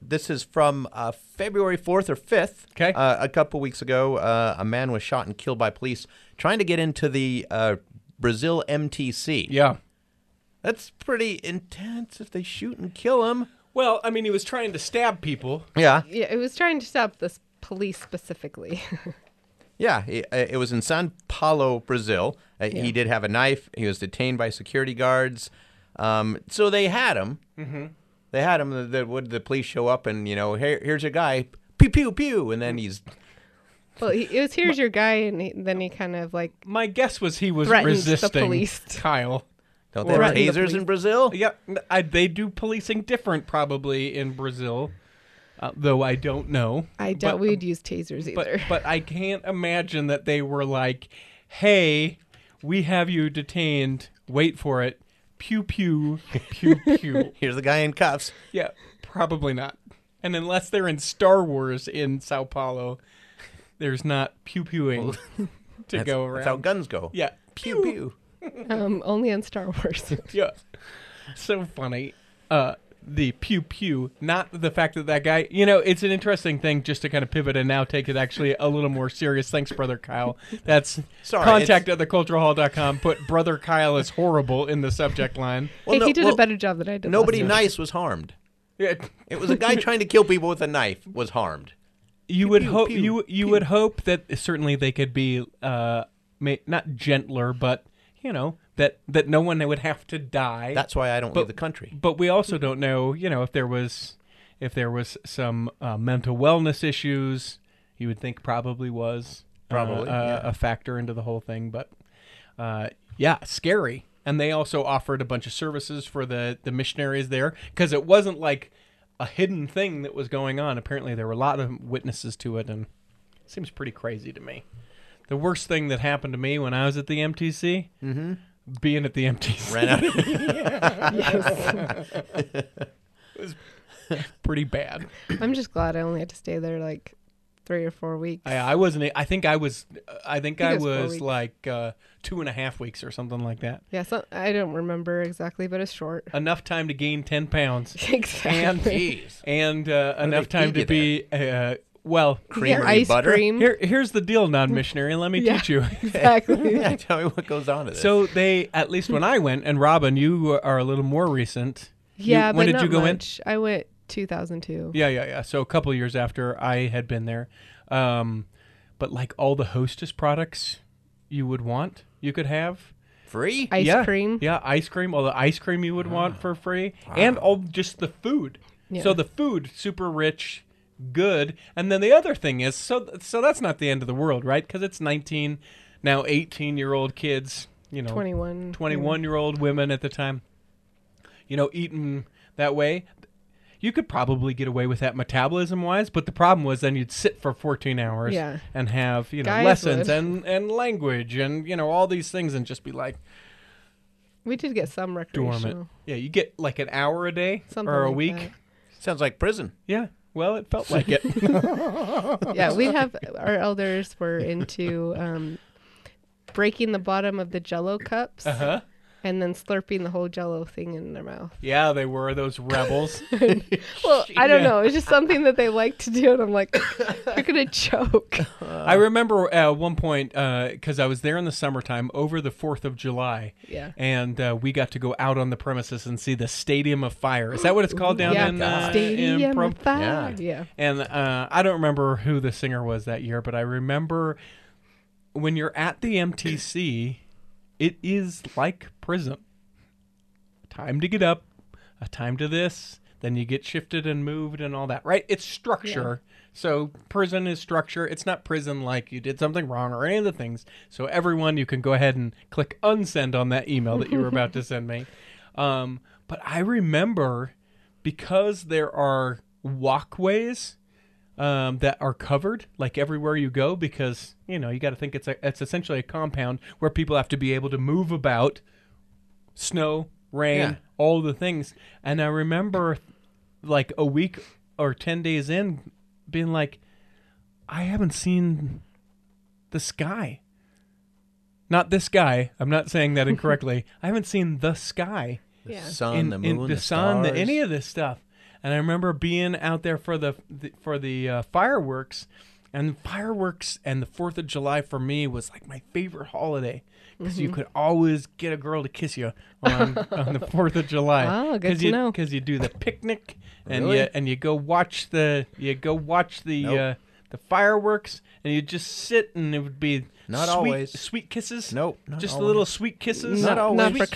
S4: this is from uh, February 4th or 5th.
S9: 'Kay.
S4: Uh, a couple weeks ago, uh, a man was shot and killed by police trying to get into the uh, Brazil MTC.
S9: Yeah.
S4: That's pretty intense if they shoot and kill him.
S9: Well, I mean, he was trying to stab people.
S4: Yeah.
S3: Yeah, it was trying to stop this police specifically.
S4: Yeah, it, it was in São Paulo, Brazil. Uh, He did have a knife. He was detained by security guards. Um, so they had him. Mm-hmm. They had him. The, the, would the police show up and you know, here, here's your guy, pew pew pew, and then he's
S3: Well, he, it was here's your guy, and he, then he kind of like
S9: My guess was he was
S3: Threatened the
S9: resisting
S3: police.
S9: Kyle.
S4: don't they have
S3: Threaten the
S4: tasers
S3: police.
S4: in Brazil?
S9: Yeah, I, they do policing different probably in Brazil, uh, though I don't know.
S3: I
S9: But- um,
S3: doubt we would use tasers
S9: But
S3: either.
S9: but I can't imagine that they were like, "Hey, we have you detained. Wait for it. Pew pew pew pew."
S4: Here's the guy in cuffs.
S9: yeah, probably not. And unless they're in Star Wars in Sao Paulo, there's not pew pewing to go around.
S4: That's how guns go.
S9: yeah,
S4: pew pew.
S3: um, only on Star Wars.
S9: yeah. So funny. Uh, the pew pew, not the fact that that guy, you know, it's an interesting thing just to kind of pivot and now take it actually a little more serious. Thanks, Brother Kyle. That's
S4: Sorry,
S9: contact at theculturalhall.com. Put Brother Kyle is horrible in the subject line.
S4: Well,
S3: hey,
S4: no-
S3: he did
S4: well,
S3: a better job than I did.
S4: Nobody
S3: last time.
S4: nice was harmed.
S9: Yeah.
S4: It was a guy trying to kill people with a knife was harmed.
S9: You would
S4: pew,
S9: hope
S4: pew,
S9: you you would hope that certainly they could be uh ma- not gentler, but you know that that no one would have to die.
S4: That's why I don't
S9: But-
S4: leave the country.
S9: but we also don't know you know if there was if there was some uh, mental wellness issues you would think probably was uh,
S4: Probably,
S9: uh,
S4: yeah.
S9: a factor into the whole thing but uh, yeah scary and they also offered a bunch of services for the the missionaries there because it wasn't like a hidden thing that was going on. Apparently, there were a lot of witnesses to it, and it seems pretty crazy to me. The worst thing that happened to me when I was at the MTC, being at the MTC,
S4: Ran out.
S9: pretty bad.
S3: I'm just glad I only had to stay there like three or four weeks.
S9: I, I wasn't. I think I was. I think I
S3: it was four
S9: was
S3: weeks.
S9: like uh, two and a half weeks or something like that.
S3: yeah, so, I don't remember exactly, but it's short.
S9: Enough time to gain ten pounds, and
S3: exactly.
S9: and uh, enough
S4: feed
S9: time to
S4: you
S9: be. Uh, well,
S4: Creamery
S3: ice
S4: butter.
S3: cream.
S9: here here's the deal, non-missionary. Let me
S3: Yeah.
S9: teach you.
S3: Exactly.
S4: Yeah, tell me what goes on in this.
S9: So they, at least when I went, and Robin, you are a little more recent. You-
S3: yeah, but
S9: when did
S3: not
S9: you go in?
S3: much. I went 2002.
S9: Yeah, yeah, yeah. So a couple years after I had been there, um, but like all the Hostess products you would want, you could have.
S4: free.
S3: Ice
S9: yeah.
S3: cream.
S9: Yeah, ice cream. All the ice cream you would want for free, and all just the food. So
S3: Yeah.
S9: the food, super rich, good. And then the other thing is, so so that's not the end of the world, right? Because it's nineteen, now eighteen year old kids. You know,
S3: 21.
S9: 21 year old women at the time, you know, eating that way. You could probably get away with that metabolism wise, but the problem was then you'd sit for 14 hours
S3: Yeah.
S9: and have, you know,
S3: Guys
S9: lessons
S3: would.
S9: and, and language and, you know, all these things and just be like
S3: We did get some recreational.
S9: dormant. Yeah, you get like an hour a day
S3: Something
S9: or a
S3: like
S9: week.
S4: Sounds like prison.
S9: Yeah. Well, it felt like it.
S3: that. Yeah, we have our elders were into um, breaking the bottom of the Jello cups
S9: huh?
S3: and then slurping the whole Jello thing in their mouth.
S9: Uh-huh. Yeah, they were those rebels.
S3: Well, I don't
S9: Yeah.
S3: know. It's just something that they like to do, and I'm like, you're gonna choke.
S9: I remember at one point because I was there in the summertime over the Fourth of July.
S3: Yeah.
S9: And uh, we got to go out on the premises and see the Stadium of Fire. Is that what it's called down
S3: yeah,
S9: in uh,
S3: stadium
S9: in Prom-
S3: of fire.
S4: Yeah.
S3: Yeah.
S9: And uh, I don't remember who the singer was that year, but I remember when you're at the MTC, it is like prison. Time to get up, a time to this, then you get shifted and moved and all that, right? It's structure. So prison is structure. It's not prison like you did something wrong or any of the things. So everyone, you can go ahead and click unsend on that email that you were about to send me. Um, but I remember because there are walkways um, that are covered like everywhere you go because you know you got to think it's a, it's essentially a compound where people have to be able to move about snow rain
S4: Yeah.
S9: all the things and i remember like a week or 10 days in being like i haven't seen the sky not this guy i'm not saying that incorrectly i haven't seen the sky
S3: Yeah.
S4: Sun,
S9: in,
S4: the
S9: in
S4: moon,
S9: the,
S4: the,
S9: sun, the,
S4: stars.
S9: any of this stuff. And I remember being out there for the, the for the uh, fireworks, and fireworks and the Fourth of July for me was like my favorite holiday because
S3: Mm-hmm.
S9: you could always get a girl to kiss you on, on the Fourth of July.
S3: Oh, good
S9: 'Cause
S3: to
S9: you,
S3: know.
S9: Because you do the picnic and
S4: Really?
S9: you and you go watch the you go watch the
S4: Nope.
S9: uh, the fireworks and you just sit and it would be
S4: Not
S9: sweet,
S4: always.
S9: sweet kisses.
S4: Nope, not
S9: just
S4: always.
S9: little sweet kisses.
S3: Not-
S9: sweet
S3: not for
S9: kisses.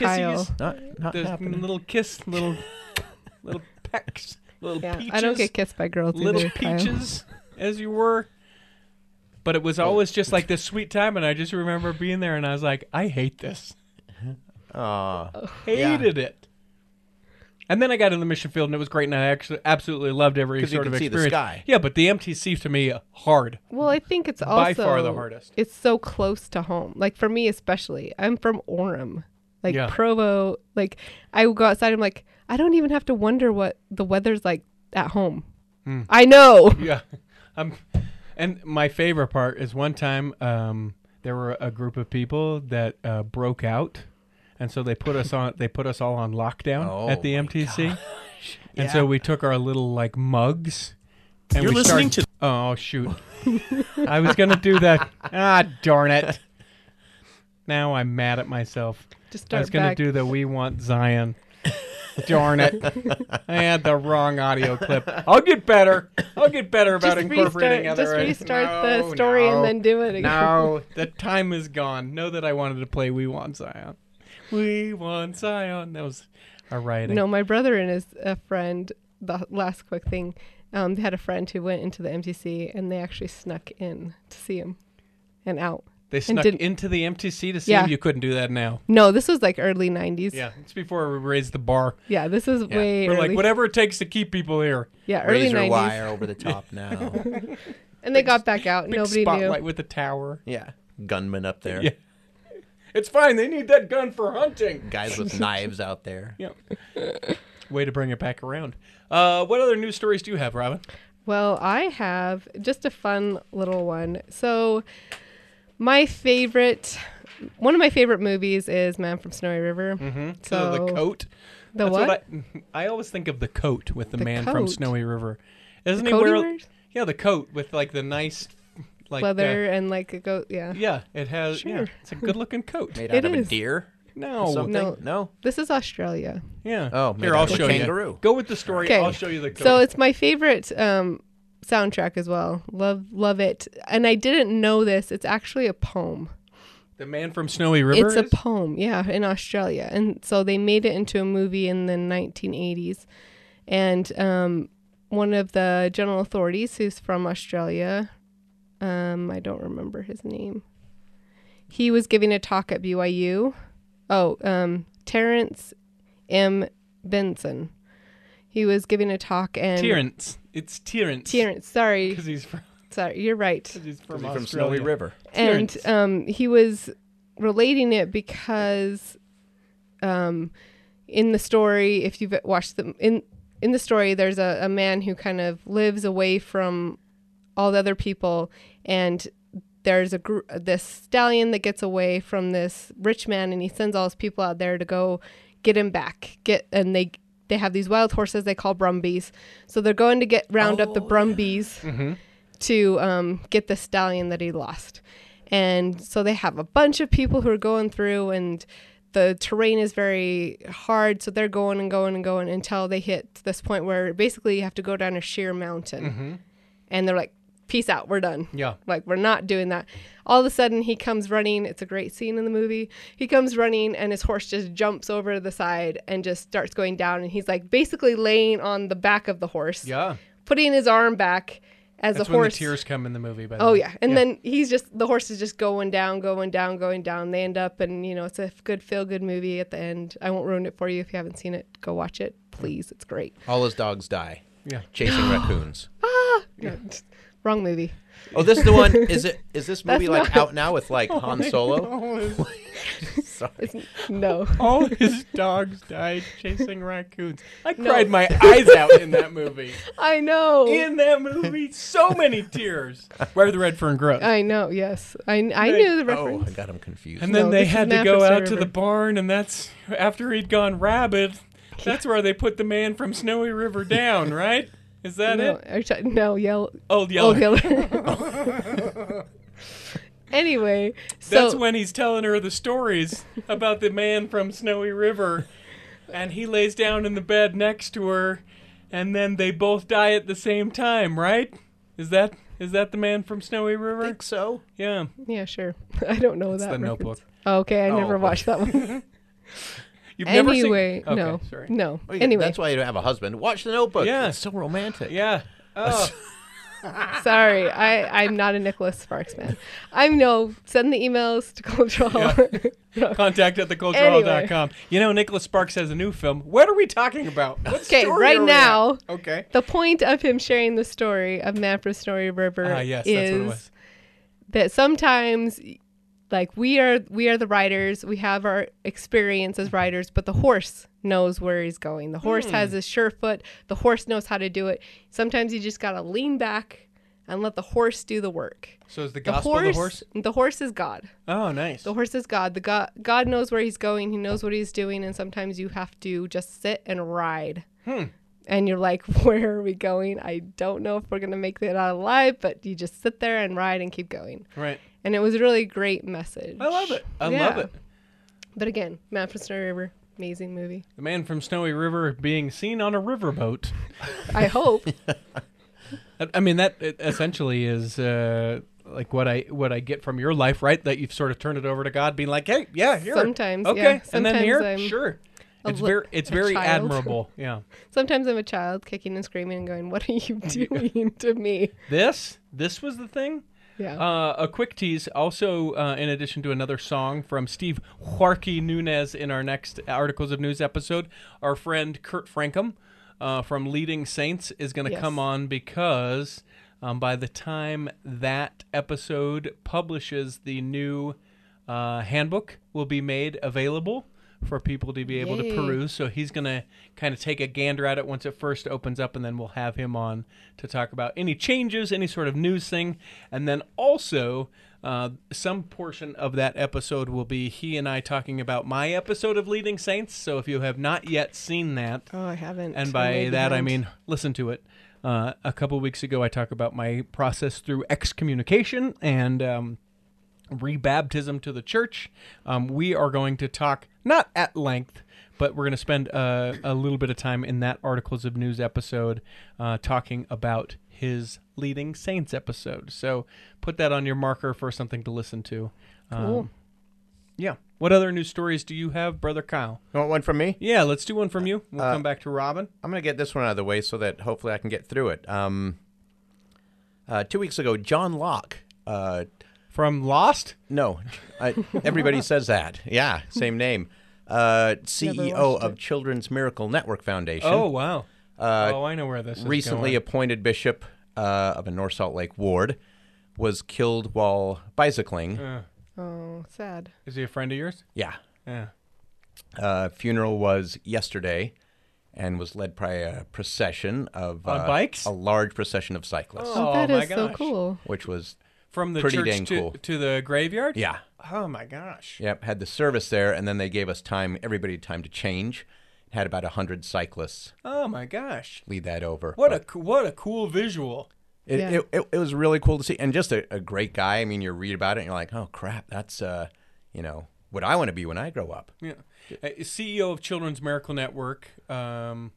S3: Kyle.
S4: Not, not
S9: There's
S4: happening.
S9: little kiss, little little pecks, little
S3: Yeah,
S9: peaches,
S3: I don't get kissed by girls
S9: little
S3: either. Kyle.
S9: peaches as you were. But it was
S4: Oh.
S9: always just like this sweet time, and I just remember being there, and I was like, I hate this,
S4: Aw.
S3: Oh.
S9: hated it. And then I got in the mission field, and it was great, and I actually absolutely loved every
S4: 'Cause you
S9: sort
S4: could
S9: of
S4: see the
S9: experience.
S4: sky.
S9: Yeah, but the MTC to me hard.
S3: Well, I think it's also
S9: By far the hardest.
S3: It's so close to home. Like for me, especially, I'm from Orem, like
S9: Yeah.
S3: Provo. Like I would go outside. I'm like, I don't even have to wonder what the weather's like at home.
S9: Hmm.
S3: I know.
S9: Yeah. Um, and my favorite part is one time um, there were a group of people that uh, broke out, and so they put us on. They put us all on lockdown
S4: Oh
S9: at the
S4: my
S9: MTC, and so we took our little like mugs. And
S10: You're
S9: we
S10: listening
S9: started- Oh shoot! I was gonna do that. Ah, darn it! Now I'm mad at myself.
S3: Just
S9: I
S3: start
S9: was gonna
S3: back.
S9: do the "We Want Zion." Darn it! I had the wrong audio clip. I'll get better. I'll get better about
S3: just restart,
S9: incorporating other.
S3: just restart
S9: No,
S3: the story
S9: no,
S3: and then do it again.
S9: No, the time is gone. Know that I wanted to play "We Want Zion." We want Zion. That was a writing.
S3: No, my brother and his a friend. The last quick thing, um, they had a friend who went into the MTC and they actually snuck in to see him, and out.
S2: They snuck
S3: didn't-
S2: into the empty seat to see
S3: Yeah.
S2: you couldn't do that now.
S3: No, this was like early '90s.
S2: Yeah, it's before we raised the bar.
S3: yeah. This is way
S2: We're
S3: early.
S2: like, whatever it takes to keep people here.
S3: Yeah, early
S4: Razor
S3: '90s.
S4: wire over the top now.
S3: And they got back out.
S2: Big
S3: Nobody
S2: spotlight
S3: knew.
S2: with a tower.
S4: yeah, gunmen up there.
S2: Yeah. It's fine. They need that gun for hunting.
S4: Guys with knives out there.
S2: Yep. Way to bring it back around. Uh, what other news stories do you have, Robin?
S3: Well, I have just a fun little one. So, my favorite, one of my favorite movies is Man from Snowy River. Mm-hmm. So
S2: the coat.
S3: The
S2: That's
S3: what?
S2: I, I always think of the coat with the,
S3: The
S2: man from
S3: coat?
S2: Snowy River. Isn't he
S3: coat he
S2: wear?
S3: wears?
S2: Yeah, the coat with like the nice, like
S3: Leather
S2: uh,
S3: and like a goat. Yeah.
S2: yeah, it has. Yeah,
S3: Sure.
S2: it's a good looking coat.
S4: Made out
S3: It
S4: of
S3: is.
S4: a deer?
S9: Oh,
S2: no,
S4: Something?
S3: No.
S4: no?
S3: This is Australia.
S2: yeah.
S4: Oh, made
S2: here
S4: out
S2: I'll
S4: of a
S2: show you.
S4: kangaroo.
S2: Go with the story.
S3: Okay.
S2: I'll show you the coat.
S3: So it's my favorite um, soundtrack as well. Love, love it. And I didn't know this. It's actually a poem.
S2: the man from Snowy River.
S3: it's a
S2: is?
S3: poem, yeah, in Australia, and so they made it into a movie in the 1980s. And um, one of the general authorities who's from Australia, um, I don't remember his name. He was giving a talk at BYU. Oh, um, Terrence M. Benson. He was giving a talk and
S2: Terrence. It's Terrence.
S3: Terrence, sorry,
S2: Because he's from.
S3: sorry, you're right.
S2: He's from,
S4: From Snowy
S2: Australia.
S4: River.
S3: and
S2: Terrence.
S3: um, he was relating it because um, in the story if you've watched the in in the story there's a, a man who kind of lives away from all the other people and there's a gr- this stallion that gets away from this rich man and he sends all his people out there to go get him back get and they they have these wild horses they call brumbies so they're going to get round up the brumbies to um, get the stallion that he lost. And so they have a bunch of people who are going through, and the terrain is very hard. So they're going and going and going until they hit this point where basically you have to go down a sheer mountain. And they're like, peace out, we're done.
S2: Mm-hmm. Yeah.
S3: Like, we're not doing that. All of a sudden, he comes running. It's a great scene in the movie. He comes running, and his horse just jumps over to the side and just starts going down. And he's like basically laying on the back of the horse
S2: Yeah.
S3: putting his arm back as
S2: That's
S3: the
S2: when
S3: horse.
S2: the tears come in the movie. By the
S3: oh
S2: way.
S3: yeah, and then he's just the horse is just going down, going down, going down. They end up, and you know it's a good feel good movie at the end. I won't ruin it for you if you haven't seen it. Go watch it, please. It's great.
S4: All his dogs die.
S2: Yeah.
S4: Chasing raccoons.
S3: No, just- wrong movie.
S4: Oh, this is the one. Is it? Is this movie
S3: That's
S4: like
S3: not-
S4: out now with like Han Solo? Sorry.
S3: No,
S2: All his dogs died chasing raccoons. I cried my eyes out in that movie.
S3: I know.
S2: In that movie, so many tears. Where the Redfern grows.
S3: I know. Yes, I I knew the
S4: Oh,
S3: reference.
S4: I got him confused.
S2: and then
S3: No,
S2: they
S3: this is
S2: had to
S3: Man
S2: go
S3: from Snowy
S2: out to
S3: River.
S2: the barn, and that's after he'd gone rabid. That's where they put the man from Snowy River down, right? Is that
S3: no,
S2: it?
S3: are you talking- no, yell.
S2: Old Yeller.
S3: Old Yeller. anyway, so
S2: That's when he's telling her the stories about the man from Snowy River, and he lays down in the bed next to her, and then they both die at the same time, right? Is that is that the man from Snowy River?
S4: so.
S2: Yeah,
S3: yeah, sure. I don't know that.
S2: the
S3: reference. Oh,
S2: Notebook. Oh.
S3: Okay, I never
S4: okay.
S3: watched that one.
S2: You've
S3: anyway,
S2: never seen.
S3: no,
S2: Okay, sorry.
S3: no.
S4: Oh, yeah,
S3: anyway,
S4: that's why you don't have a husband. Watch the Notebook.
S2: Yeah.
S4: it's so romantic.
S2: Yeah. Oh,
S3: sorry, I I'm not a Nicholas Sparks man. I'm no. Send the emails to cultural.
S2: contact at theculturehall.com. You know, Nicholas Sparks has a new film. What are we talking about? What
S3: okay,
S2: story
S3: right
S2: are we
S3: now,
S2: at? Okay.
S3: the point of him sharing the story of Man from Snowy River
S2: Ah, yes,
S3: is
S2: that's what it was.
S3: that sometimes like we are we are the riders we have our experience as riders but the horse knows where he's going the horse has
S2: Hmm.
S3: his sure foot the horse knows how to do it sometimes you just gotta lean back and let the horse do the work
S2: So is the
S3: the
S2: gospel
S3: horse,
S2: the horse?
S3: the horse is god
S2: Oh, nice.
S3: the horse is god the god god knows where he's going he knows what he's doing and sometimes you have to just sit and ride
S2: Hmm.
S3: and you're like where are we going i don't know if we're gonna make it out alive but you just sit there and ride and keep going
S2: Right.
S3: and it was a really great message
S2: I love it. I love
S3: Yeah.
S2: it.
S3: but again man from snowy river amazing movie
S2: The man from Snowy River being seen on a riverboat.
S3: i hope
S2: I- I mean that it essentially is uh, like what I what I get from your life, right? That you've sort of turned it over to God, being like, "Hey, yeah, here,
S3: Sometimes,
S2: okay,
S3: yeah.
S2: and then
S3: Sometimes
S2: here,
S3: I'm
S2: sure."
S3: a
S2: It's
S3: li-
S2: very it's
S3: a
S2: very
S3: child.
S2: admirable. Yeah,
S3: sometimes i'm a child kicking and screaming and going what are you doing to me
S2: this this was the thing.
S3: Yeah.
S2: Uh, a quick tease. Also, uh, in addition to another song from Steve Huarque Nunez in our next Articles of News episode, our friend Kurt Frankum uh, from Leading Saints is going to
S3: Yes.
S2: come on because um, by the time that episode publishes, the new uh, handbook will be made available for people to be able to
S3: Yay.
S2: peruse. So he's going to kind of take a gander at it once it first opens up, and then we'll have him on to talk about any changes, any sort of news thing. And then also, uh, some portion of that episode will be he and I talking about my episode of Leading Saints. So if you have not yet seen that,
S3: oh, I haven't.
S2: and
S3: I'm
S2: by
S3: way
S2: that I
S3: behind.
S2: mean listen to it. Uh, a couple weeks ago, I talk about my process through excommunication and um, rebaptism to the church. Um, we are going to talk not at length, but we're going to spend uh, a little bit of time in that articles of news episode uh, talking about his leading saints episode. So put that on your marker for something to listen to.
S3: Cool.
S2: Um, yeah. What other news stories do you have, brother Kyle?
S4: You want one from me?
S2: Yeah, let's do one from you. We'll come back to Robin.
S4: I'm going to get this one out of the way so that hopefully I can get through it. Um, uh, two weeks ago, John Locke. Uh,
S2: From Lost?
S4: no, I, everybody says that. Yeah, same name. Uh, CEO
S3: watched
S4: of
S3: it.
S4: Children's Miracle Network Foundation.
S2: Oh wow. oh, I know where this is
S4: Uh, recently
S2: going.
S4: appointed bishop uh, of a North Salt Lake ward, was killed while
S2: Uh.
S4: bicycling.
S3: Oh, sad.
S2: is he a friend of yours?
S4: Yeah.
S2: Yeah.
S4: Uh, funeral was yesterday and was led by a procession of
S2: On
S4: uh,
S2: bikes?
S4: a large procession of cyclists,
S3: Oh,
S2: Oh,
S3: that
S2: my
S3: is so
S2: gosh.
S3: cool.
S4: which was,
S2: From the
S4: Pretty
S2: church
S4: dang
S2: to,
S4: cool.
S2: to the graveyard?
S4: yeah,
S2: Oh my gosh.
S4: Yep, had the service there, and then they gave us time, everybody time to change. Had about 100 cyclists
S2: Oh my gosh.
S4: lead that over.
S2: What a
S4: But
S2: co- what a cool visual.
S4: It,
S3: Yeah.
S4: it, it, it was really cool to see, and just a, a great guy. I mean, you read about it, and you're like, oh, crap, that's, uh, you know, what I want to be when I grow up.
S2: Yeah. Uh, CEO of Children's Miracle Network. Um,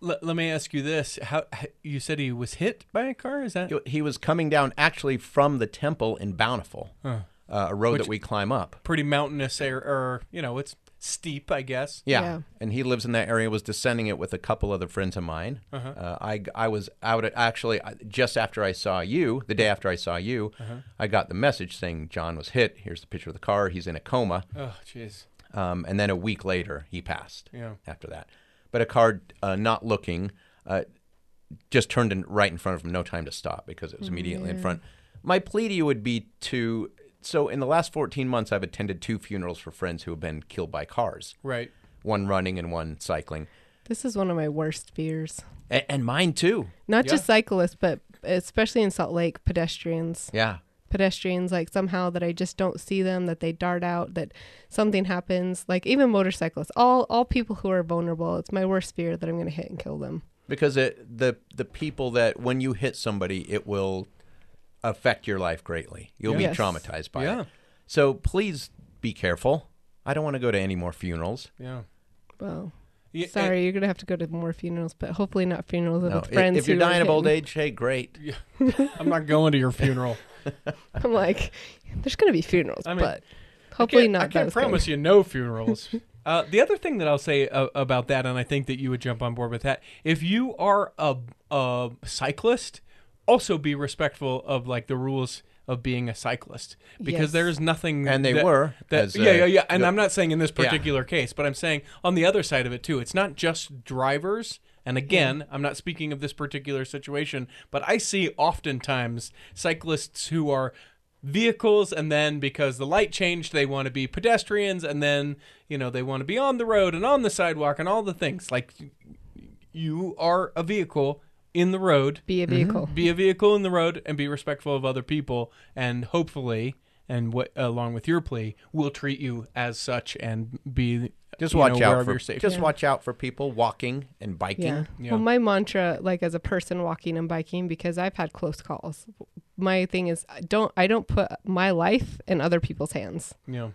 S2: le- let me ask you this: How h- you said he was hit by a car? Is that
S4: He- He was coming down actually from the temple in Bountiful, uh, a road that we climb up.
S2: pretty mountainous? Or, or you know, it's steep, I guess.
S4: Yeah.
S3: Yeah.
S4: and he lives in that area. Was descending it with a couple other friends of mine. Uh, I I was out at actually I- just after I saw you, the day after I saw you, I got the message saying John was hit. Here's the picture of the car. He's in a coma.
S2: Oh jeez.
S4: Um, and then a week later, he passed.
S2: Yeah.
S4: After that, but a car uh, not looking uh, just turned in right in front of him. No time to stop because it was immediately in front. My plea to you would be to. So in the last 14 months, I've attended two funerals for friends who have been killed by cars
S2: Right.
S4: one running and one cycling,
S3: This is one of my worst fears.
S4: and, and mine too.
S3: Not just cyclists, but especially in Salt Lake, pedestrians.
S4: Yeah,
S3: pedestrians like somehow that I just don't see them that they dart out that something happens like even motorcyclists all all people who are vulnerable it's my worst fear that I'm going to hit and kill them
S4: because it the the people that when you hit somebody, it will affect your life greatly. You'll
S3: Yes.
S4: be traumatized by
S2: Yeah.
S4: it. So please be careful. I don't want to go to any more funerals.
S2: Yeah.
S3: well
S2: Yeah, and-
S3: sorry you're going to have to go to more funerals but hopefully not funerals
S4: No,
S3: with
S4: i-
S3: friends
S4: if you're
S3: who are
S4: dying of old
S3: hitting-
S4: age, hey, great.
S2: I'm not going to your funeral.
S3: I'm like there's going to be funerals
S2: I mean,
S3: but hopefully
S2: can't-
S3: not
S2: I can't
S3: those kind.
S2: promise you no funerals. uh, the other thing that I'll say uh, about that, and I think that you would jump on board with that, if you are a, a cyclist, also be respectful of like the rules of being a cyclist because
S3: Yes.
S2: there is nothing
S4: And they
S2: that-
S4: were,
S2: that,
S4: as,
S2: yeah
S4: uh,
S2: yeah yeah and
S4: the-
S2: i'm not saying in this
S4: Yeah.
S2: particular case but i'm saying on the other side of it too it's not just drivers and
S4: Mm-hmm.
S2: again i'm not speaking of this particular situation but i see oftentimes cyclists who are vehicles and then because the light changed they want to be pedestrians and then you know they want to be on the road and on the sidewalk and all the things like you are a vehicle in the road
S3: be a vehicle
S2: be a vehicle in the road and be respectful of other people and hopefully and what along with your plea will treat you as such and be
S4: Just
S2: you
S4: watch
S2: know, aware
S4: out
S2: of
S4: for
S2: your safety
S4: just watch out for people walking and biking.
S3: Yeah.
S2: Yeah.
S3: Well, my mantra, like as a person walking and biking, because I've had close calls. My thing is, I don't I don't put my life in other people's hands
S2: yeah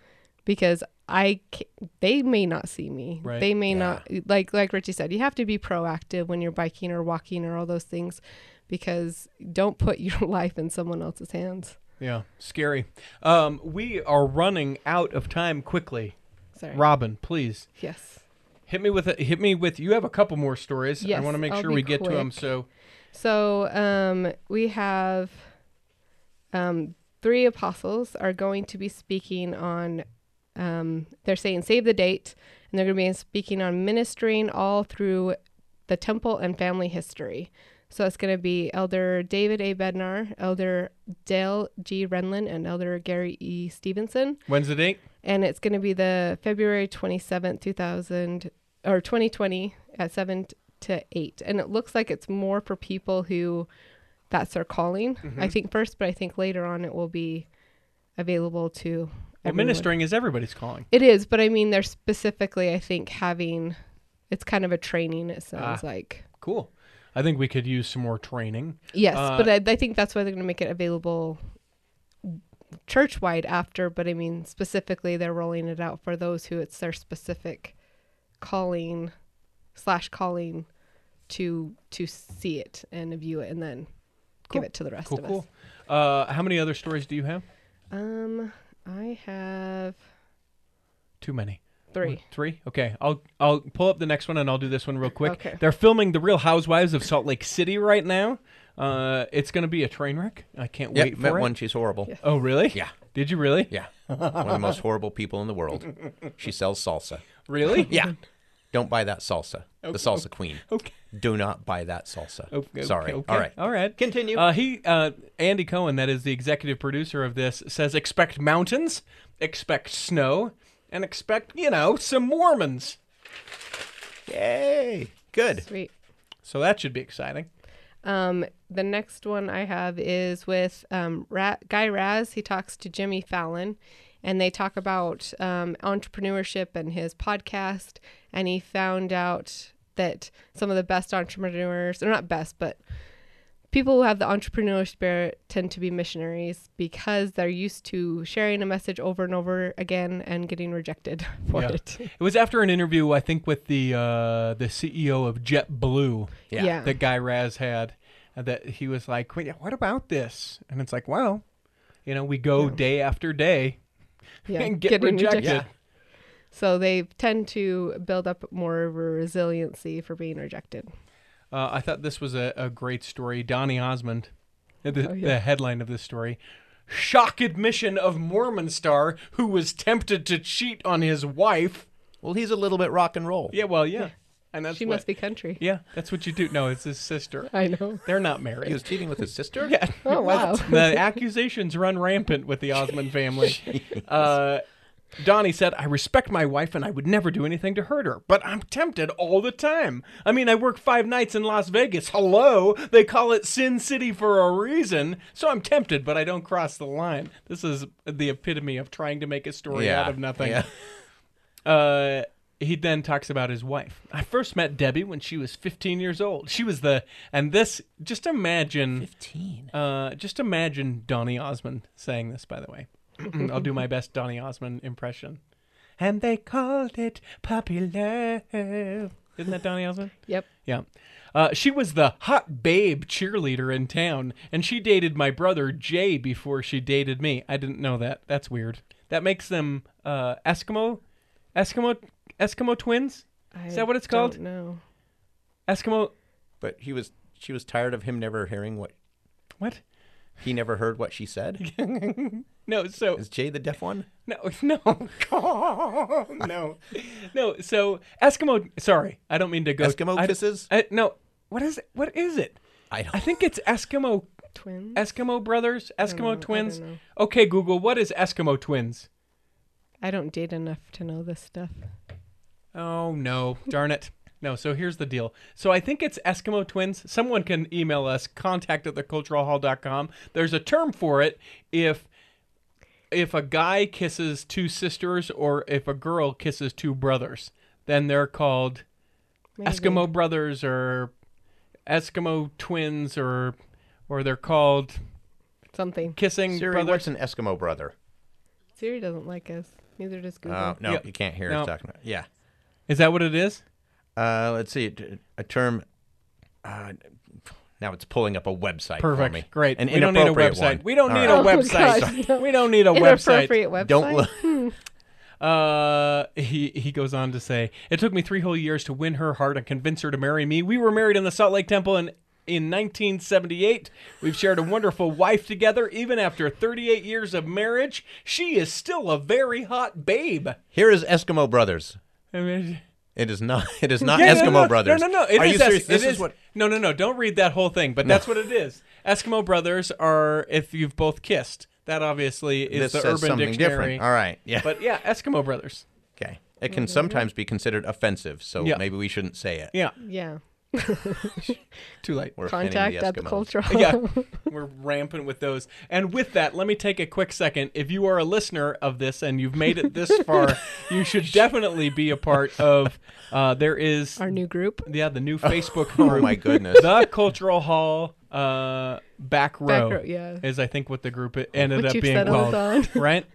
S3: because I ca- they may not see me.
S2: Right.
S3: They may not like like Richie said. You have to be proactive when you're biking or walking or all those things, because don't put your life in someone else's hands.
S2: yeah scary um we are running out of time quickly
S3: Sorry.
S2: robin please
S3: Yes.
S2: hit me with a, hit me with you have a couple more stories i
S3: Yes,
S2: want to make
S3: I'll
S2: sure
S3: be
S2: we get to them
S3: quick.
S2: so
S3: So um, we have um, three apostles are going to be speaking on. Um, they're saying save the date, and they're going to be speaking on ministering all through the temple and family history. So it's going to be Elder David A. Bednar, Elder Dale G. Renlin, and Elder Gary E. Stevenson
S2: When's the date?
S3: and it's going to be the February 27th, 2000 or 2020 at 7 to 8. And it looks like it's more for people who that's their calling. I think first, but I think later on it will be available to
S2: Well,
S3: everyone.
S2: ministering is everybody's calling.
S3: It is, but I mean they're specifically I think having it's kind of a training it sounds like.
S2: Cool. I think we could use some more training.
S3: Yes,
S2: Uh,
S3: but I, I think that's why they're going to make it available church wide after. But I mean, specifically, they're rolling it out for those who it's their specific calling slash calling to to see it and view it, and then give it to the rest
S2: Cool,
S3: of us.
S2: cool. Uh, how many other stories do you have?
S3: Um, I have
S2: Too many.
S3: three.
S2: Three? Okay. I'll I'll pull up the next one and I'll do this one real quick.
S3: Okay.
S2: They're filming The Real Housewives of Salt Lake City right now. Uh, it's going to be a train wreck. I can't
S4: Yep,
S2: wait for
S4: met
S2: it.
S4: one. She's horrible.
S2: Oh, really?
S4: Yeah.
S2: Did you really?
S4: Yeah. One of the most horrible people in the world. She sells salsa.
S2: Really?
S4: Yeah. Don't buy that salsa. The salsa queen.
S2: Okay.
S4: Do not buy that salsa.
S2: Okay,
S4: Sorry.
S2: okay,
S4: All right.
S2: All right.
S4: Continue.
S2: Uh, he, uh, Andy Cohen, that is the executive producer of this, says expect mountains, expect snow, and expect you know some Mormons.
S4: Yay. Good.
S3: Sweet.
S2: So that should be exciting.
S3: Um, the next one I have is with um, Ra- Guy Raz. He talks to Jimmy Fallon, and they talk about um, entrepreneurship and his podcast. And he found out that some of the best entrepreneurs, or not best, but people who have the entrepreneurial spirit tend to be missionaries because they're used to sharing a message over and over again and getting rejected for
S2: Yeah.
S3: it.
S2: It was after an interview, I think, with the uh, the CEO of JetBlue.
S4: Yeah.
S3: Yeah.
S2: That guy Raz had, uh, that he was like, "Wait, what about this?" And it's like, well, you know, we go day after day
S3: Yeah,
S2: and get
S3: getting
S2: rejected.
S3: So they tend to build up more of a resiliency for being rejected.
S2: Uh, I thought this was a, a great story. Donny Osmond, uh, the,
S3: Oh, yeah.
S2: the headline of this story Shock admission of Mormon star who was tempted to cheat on his wife.
S4: Well, he's a little bit rock and roll.
S2: Yeah, well, yeah. And that's
S3: She
S2: what,
S3: must be country.
S2: Yeah, that's what you do. No, it's his sister.
S3: I know.
S2: They're not
S4: He
S2: married.
S4: was cheating with his sister?
S2: Yeah.
S3: Oh wow.
S2: the accusations run rampant with the Osmond family. Uh, Donnie said, I respect my wife and I would never do anything to hurt her, but I'm tempted all the time. I mean, I work five nights in Las Vegas. Hello? They call it Sin City for a reason. So I'm tempted, but I don't cross the line. This is the epitome of trying to make a story out of nothing.
S4: Yeah.
S2: Uh, he then talks about his wife. I first met Debbie when she was 15 years old. She was the, and this, just imagine.
S4: 15.
S2: Uh, just imagine Donny Osmond saying this, by the way. Mm, I'll do my best Donny Osmond impression. And they called it puppy love. Isn't that Donny Osmond?
S3: Yep.
S2: Yeah. Uh, she was the hot babe cheerleader in town, and she dated my brother Jay before she dated me. I didn't know that. That's weird. That makes them uh, Eskimo, Eskimo, Eskimo twins. Is that what it's called?
S3: No.
S2: Eskimo.
S4: But he was she was tired of him never hearing what
S2: What?
S4: he never heard what she said.
S2: No. So
S4: Is Jay the deaf one?
S2: No, no, no, no. So Eskimo. Sorry, I don't mean to go.
S4: Eskimo
S2: I-
S4: kisses?
S2: I, no. What is it? What is it?
S4: I don't
S2: I think it's Eskimo.
S3: Twins.
S2: Eskimo brothers.
S3: know, Mm, I
S2: Eskimo
S3: don't
S2: twins.
S3: know.
S2: Okay, Google. What is Eskimo twins?
S3: I don't date enough to know this stuff.
S2: Oh no! Darn it. No, so here's the deal. So I think it's Eskimo twins. Someone can email us, contact at theculturalhall.com. There's a term for it if if a guy kisses two sisters or if a girl kisses two brothers, then they're called
S3: Maybe.
S2: Eskimo brothers or Eskimo twins or or they're called
S3: Something.
S2: kissing
S4: Siri,
S2: brothers.
S4: what's an Eskimo brother?
S3: Siri doesn't like us. Neither does Google.
S4: Uh, no,
S2: Oh, Yeah.
S4: you can't hear
S2: No.
S4: us talking about. Yeah.
S2: Is that what it is?
S4: Uh, let's see. t- A term. Uh, now it's pulling up a website for
S2: Perfect.
S4: me.
S2: Great.
S4: An
S2: we don't need a
S4: inappropriate
S2: website.
S4: one.
S2: We don't
S4: All
S2: need
S4: right.
S2: a website.
S3: Oh, gosh, no.
S2: We don't need a website.
S3: Inappropriate website.
S4: Don't look.
S2: Uh, he he goes on to say, "It took me three whole years to win her heart and convince her to marry me. We were married in the Salt Lake Temple in in 1978. We've shared a wonderful wife together. Even after 38 years of marriage, she is still a very hot babe.
S4: Here is Eskimo Brothers.
S2: I mean,
S4: It is not. It is not
S2: Yeah,
S4: Eskimo
S2: no, no, no,
S4: Brothers.
S2: No, no, no. It
S4: Are
S2: is
S4: you serious?
S2: Es-
S4: this
S2: it
S4: is what.
S2: No, no, no. Don't read that whole thing. But that's what it is. Eskimo Brothers are if you've both kissed. That obviously is
S4: This
S2: the
S4: says
S2: Urban
S4: something
S2: Dictionary.
S4: different. All right. Yeah.
S2: But yeah, Eskimo Brothers.
S4: okay. It
S3: Mm-hmm.
S4: can sometimes be considered offensive, so
S2: Yeah.
S4: maybe we shouldn't say it.
S2: Yeah,
S3: Yeah.
S2: too late.
S4: We're offending
S3: Contact at the
S4: Eskimos.
S3: cultural.
S2: yeah, we're rampant with those. And with that, let me take a quick second. If you are a listener of this and you've made it this far, you should definitely be a part of. Uh, there is
S3: Our new group.
S2: yeah the new Facebook
S4: Oh
S2: group,
S4: my goodness.
S2: the Cultural Hall uh, back row.
S3: Back row, yeah.
S2: is I think what the group it ended
S3: What
S2: up
S3: you've
S2: being
S3: settled
S2: called.
S3: on.
S2: Right.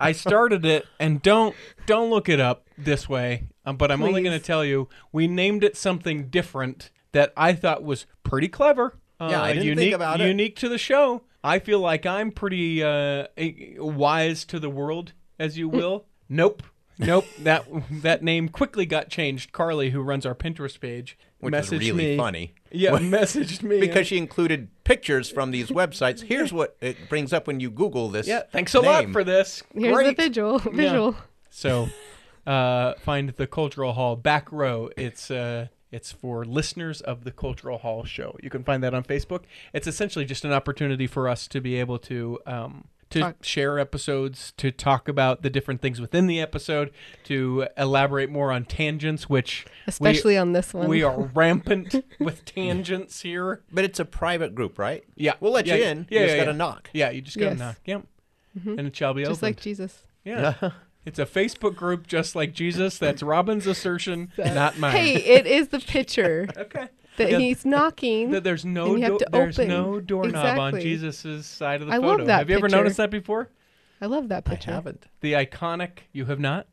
S2: I started it, and don't don't look it up this way. Um, but I'm only
S3: Please.
S2: going to tell you we named it something different that I thought was pretty clever. Uh,
S4: Yeah, I didn't think
S2: unique,
S4: about it.
S2: Unique to the show. I feel like I'm pretty uh, eh, wise to the world, as you will. nope. Nope, that that name quickly got changed. Carly, who runs our Pinterest page,
S4: Which is
S2: messaged
S4: really
S2: me.
S4: funny.
S2: Yeah, messaged me
S4: Because she included pictures from these websites. Here's what it brings up when you Google this.
S2: Yeah, thanks a lot
S4: name.
S2: for this.
S3: Here's
S2: Great.
S3: the visual. Visual.
S2: So, uh, find the Cultural Hall back row. It's uh, it's for listeners of the Cultural Hall show. You can find that on Facebook. It's essentially just an opportunity for us to be able to um, to
S3: Talk.
S2: share episodes, to talk about the different things within the episode, to elaborate more on tangents, which we-
S3: Especially on this one.
S2: we are rampant with tangents here.
S4: But it's a private group, right?
S2: Yeah,
S4: We'll let
S2: yeah,
S4: you
S2: yeah,
S4: in.
S2: Yeah,
S4: you
S2: yeah,
S4: just got to
S2: yeah.
S4: knock.
S2: Yeah, you just gotta
S3: Yes. Mm-hmm.
S2: knock. Yep. And it shall be
S3: Just
S2: opened.
S3: like Jesus.
S2: Yeah. it's a Facebook group just like Jesus. That's Robin's assertion, not mine.
S3: Hey, it is the picture
S2: Okay.
S3: that
S2: Yeah.
S3: he's knocking.
S2: That there's no
S3: And you have
S2: do-
S3: to
S2: there's
S3: open.
S2: no doorknob on
S3: Exactly.
S2: Jesus's side of the
S3: I
S2: photo.
S3: love that
S2: have you ever
S3: picture.
S2: noticed that before?
S3: I love that
S4: I
S3: picture.
S4: haven't.
S2: The iconic you have not?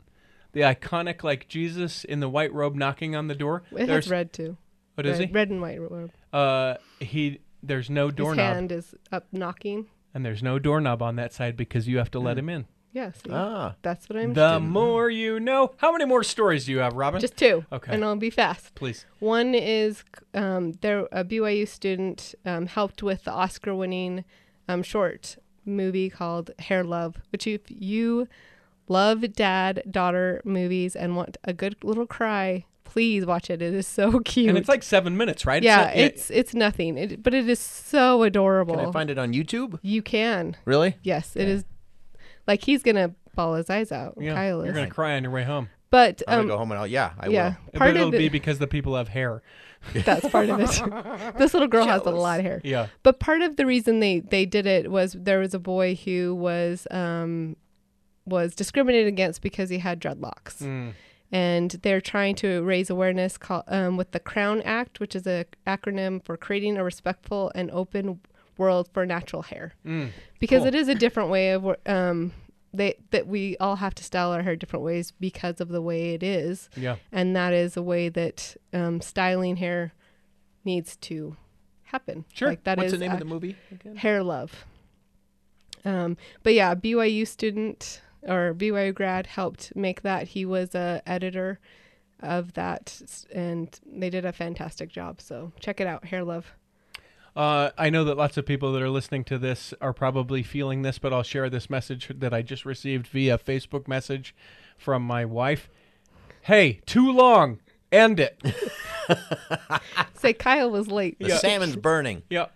S2: The iconic like Jesus in the white robe knocking on the door.
S3: It
S2: there's
S3: has red too.
S2: what is
S3: red,
S2: he?
S3: red and white robe.
S2: Uh he there's no
S3: His
S2: doorknob
S3: hand is up knocking.
S2: and there's no doorknob on that side because you have to
S3: Mm.
S2: let him in.
S3: Yeah, see,
S4: Ah.
S3: that's what I'm
S2: The more you know. How many more stories do you have, Robin?
S3: just two.
S2: Okay.
S3: And I'll be fast.
S2: please.
S3: One is um, there a BYU student um, helped with the Oscar-winning um, short movie called Hair Love, which if you love dad daughter movies and want a good little cry, please watch it. It is so cute.
S2: And it's like seven minutes, right?
S3: yeah,
S2: not-
S3: it's it's nothing, it, but it is so adorable.
S4: Can I find it on YouTube?
S3: you can,
S4: Really?
S3: yes, it is. Like he's gonna ball his eyes out.
S2: yeah,
S3: Kyle
S2: you're
S3: is,
S2: gonna Oh cry on your way home.
S3: but
S4: I'm
S3: um,
S4: gonna go home and I'll. Yeah, I
S3: yeah,
S4: will.
S2: But
S3: part
S2: it'll
S3: of
S2: be
S3: it,
S2: because the people have hair.
S3: that's part of it. this little girl has a lot of hair.
S2: Yeah.
S3: But part of the reason they they did it was there was a boy who was um was discriminated against because he had dreadlocks.
S2: Hmm.
S3: And they're trying to raise awareness call, um, with the Crown Act, which is a acronym for creating a respectful and open world for natural hair,
S4: Mm,
S3: because it is a different way of wor- um, they, that we all have to style our hair different ways because of the way it is,
S2: Yeah.
S3: and that is a way that um, styling hair needs to happen.
S2: Sure.
S3: Like that is
S4: What's the name of the
S3: act-
S4: movie again?
S3: Hair Love. Um, but yeah, BYU student or BYU grad helped make that. He was a editor of that, s- and they did a fantastic job. So check it out, Hair Love.
S2: Uh, I know that lots of people that are listening to this are probably feeling this, but I'll share this message that I just received via Facebook message from my wife. Hey, too long. End it.
S3: Say Kyle was late.
S4: The salmon's burning.
S2: yeah.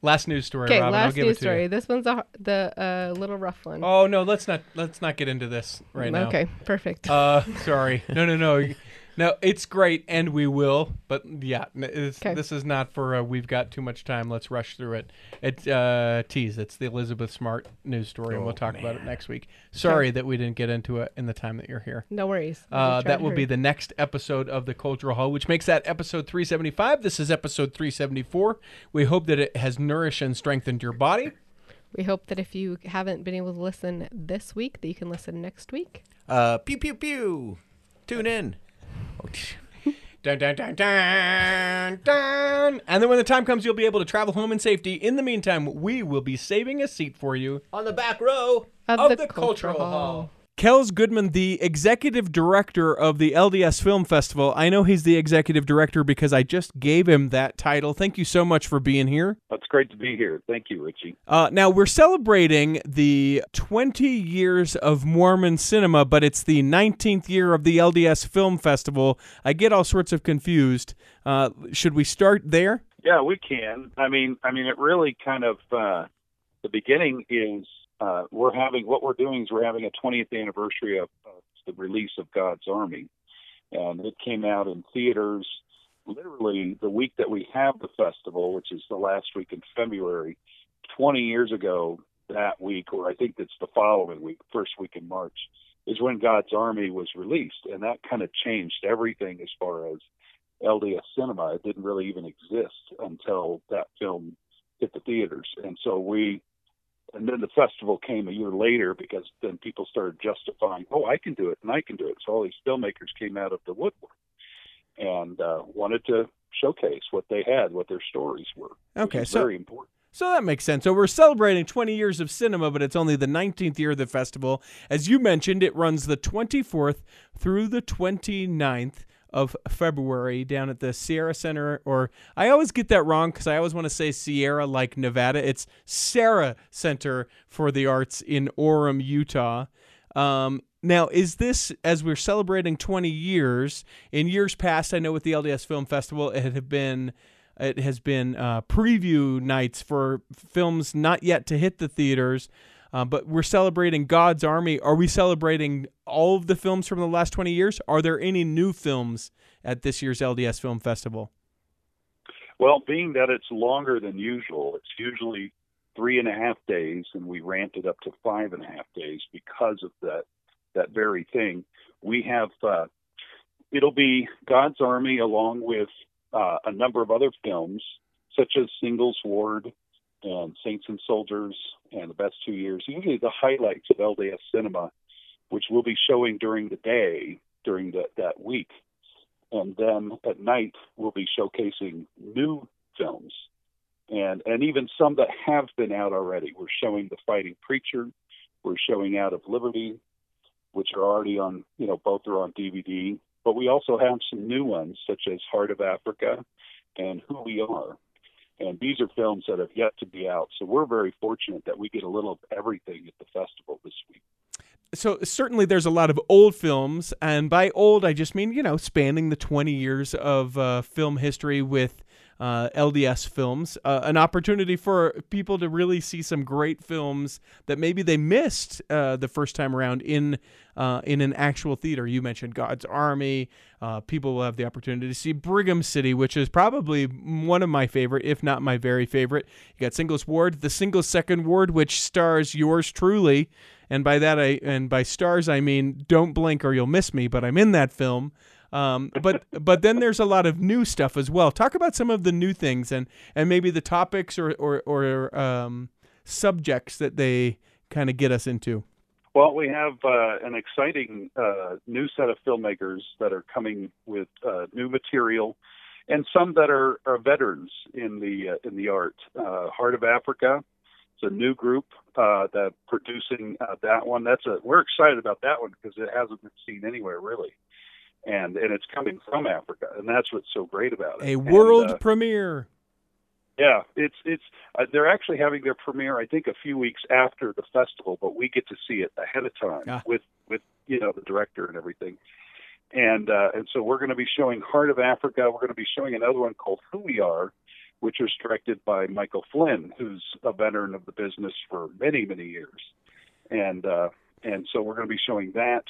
S2: Last news story,
S3: Okay,
S2: Robin. I'll
S3: last
S2: give
S3: news
S2: it to you.
S3: story. This one's a, h- the uh, little rough one.
S2: Oh no, let's not let's not get into this right now.
S3: Mm, okay, perfect.
S2: Uh, sorry. No, no, no. No, it's great, and we will. But yeah, n- it's,
S3: 'Kay.
S2: this is not for uh, we've got too much time. Let's rush through it. It's uh, tease. It's the Elizabeth Smart news story, and we'll talk about it next week. Sorry that we didn't get into it in the time that you're here.
S3: no worries.
S2: Uh, that will be the next episode of the Cultural Hall, which makes that episode 375. This is episode 374. We hope that it has nourished and strengthened your body.
S3: We hope that if you haven't been able to listen this week, that you can listen next week.
S4: Uh, pew pew pew. Tune in.
S2: Dun, dun, dun, dun, dun. And then when the time comes, you'll be able to travel home in safety. In the meantime, we will be saving a seat for you
S4: On the back row.
S3: Of,
S2: of the, Cultural Hall.
S9: Kels Goodman, the executive director of the LDS Film Festival. I know he's the executive director because I just gave him that title. Thank you so much for being here.
S7: That's great to be here. Thank you, Richie.
S9: Uh, now, we're celebrating the 20 years of Mormon cinema, but it's the 19th year of the LDS Film Festival. I get all sorts of confused. Uh, should we start there?
S7: Yeah, we can. I mean, I mean, it really kind of uh, the beginning is uh, we're having what we're doing is we're having a 20th anniversary of, of the release of God's Army, and it came out in theaters literally the week that we have the festival, which is the last week in February. 20 years ago that week, or I think it's the following week, first week in March, is when God's Army was released, and that kind of changed everything as far as LDS cinema. It didn't really even exist until that film hit the theaters, and so we, and then the festival came a year later because then people started justifying, oh, I can do it and I can do it. So all these filmmakers came out of the woodwork and uh, wanted to showcase what they had, what their stories were. which
S9: Okay,
S7: is
S9: so-
S7: very important.
S9: So that makes sense. So we're celebrating 20 years of cinema, but it's only the 19th year of the festival. As you mentioned, it runs the 24th through the 29th of February down at the Sierra Center or I always get that wrong cuz I always want to say Sierra like Nevada. It's Sarah Center for the Arts in Orem, Utah. Um, now, is this as we're celebrating 20 years? In years past, I know with the LDS Film Festival, it had been it has been uh, preview nights for films not yet to hit the theaters. Uh, but we're celebrating God's Army. Are we celebrating all of the films from the last 20 years? Are there any new films at this year's LDS Film Festival?
S7: Well, being that it's longer than usual, it's usually three and a half days, and we ramped it up to five and a half days because of that that very thing. We have uh, it'll be God's Army along with uh, a number of other films such as Singles Ward and Saints and Soldiers and The Best Two Years. Usually the highlights of LDS cinema, which we'll be showing during the day during that that week and then at night we'll be showcasing new films and and even some that have been out already we're showing the fighting preacher we're showing out of liberty which are already on you know both are on dvd but we also have some new ones such as heart of africa and who we are and these are films that have yet to be out so we're very fortunate that we get a little of everything at the festival this week
S9: so certainly there's a lot of old films and by old i just mean you know spanning the 20 years of uh, film history with uh, lds films uh, an opportunity for people to really see some great films that maybe they missed uh, the first time around in uh, in an actual theater you mentioned god's army uh, people will have the opportunity to see brigham city which is probably one of my favorite if not my very favorite you got singles ward the singles second ward which stars yours truly and by that I and by stars I mean don't blink or you'll miss me, but I'm in that film. Um, but but then there's a lot of new stuff as well. Talk about some of the new things and and maybe the topics or or, or um, subjects that they kind of get us into.
S7: Well, we have uh, an exciting uh, new set of filmmakers that are coming with uh, new material, and some that are, are veterans in the uh, in the art. Uh, Heart of Africa, it's a new group uh, that producing uh, that one. That's a we're excited about that one because it hasn't been seen anywhere really, and and it's coming from Africa, and that's what's so great about it.
S9: A
S7: And,
S9: world
S7: uh,
S9: premiere.
S7: yeah, it's it's uh, they're actually having their premiere I think a few weeks after the festival, but we get to see it ahead of time
S9: Ah.
S7: with with you know the director and everything. And uh, and so we're going to be showing Heart of Africa. We're going to be showing another one called Who We Are, which is directed by Michael Flynn, who's a veteran of the business for many many years. And uh, and so we're going to be showing that.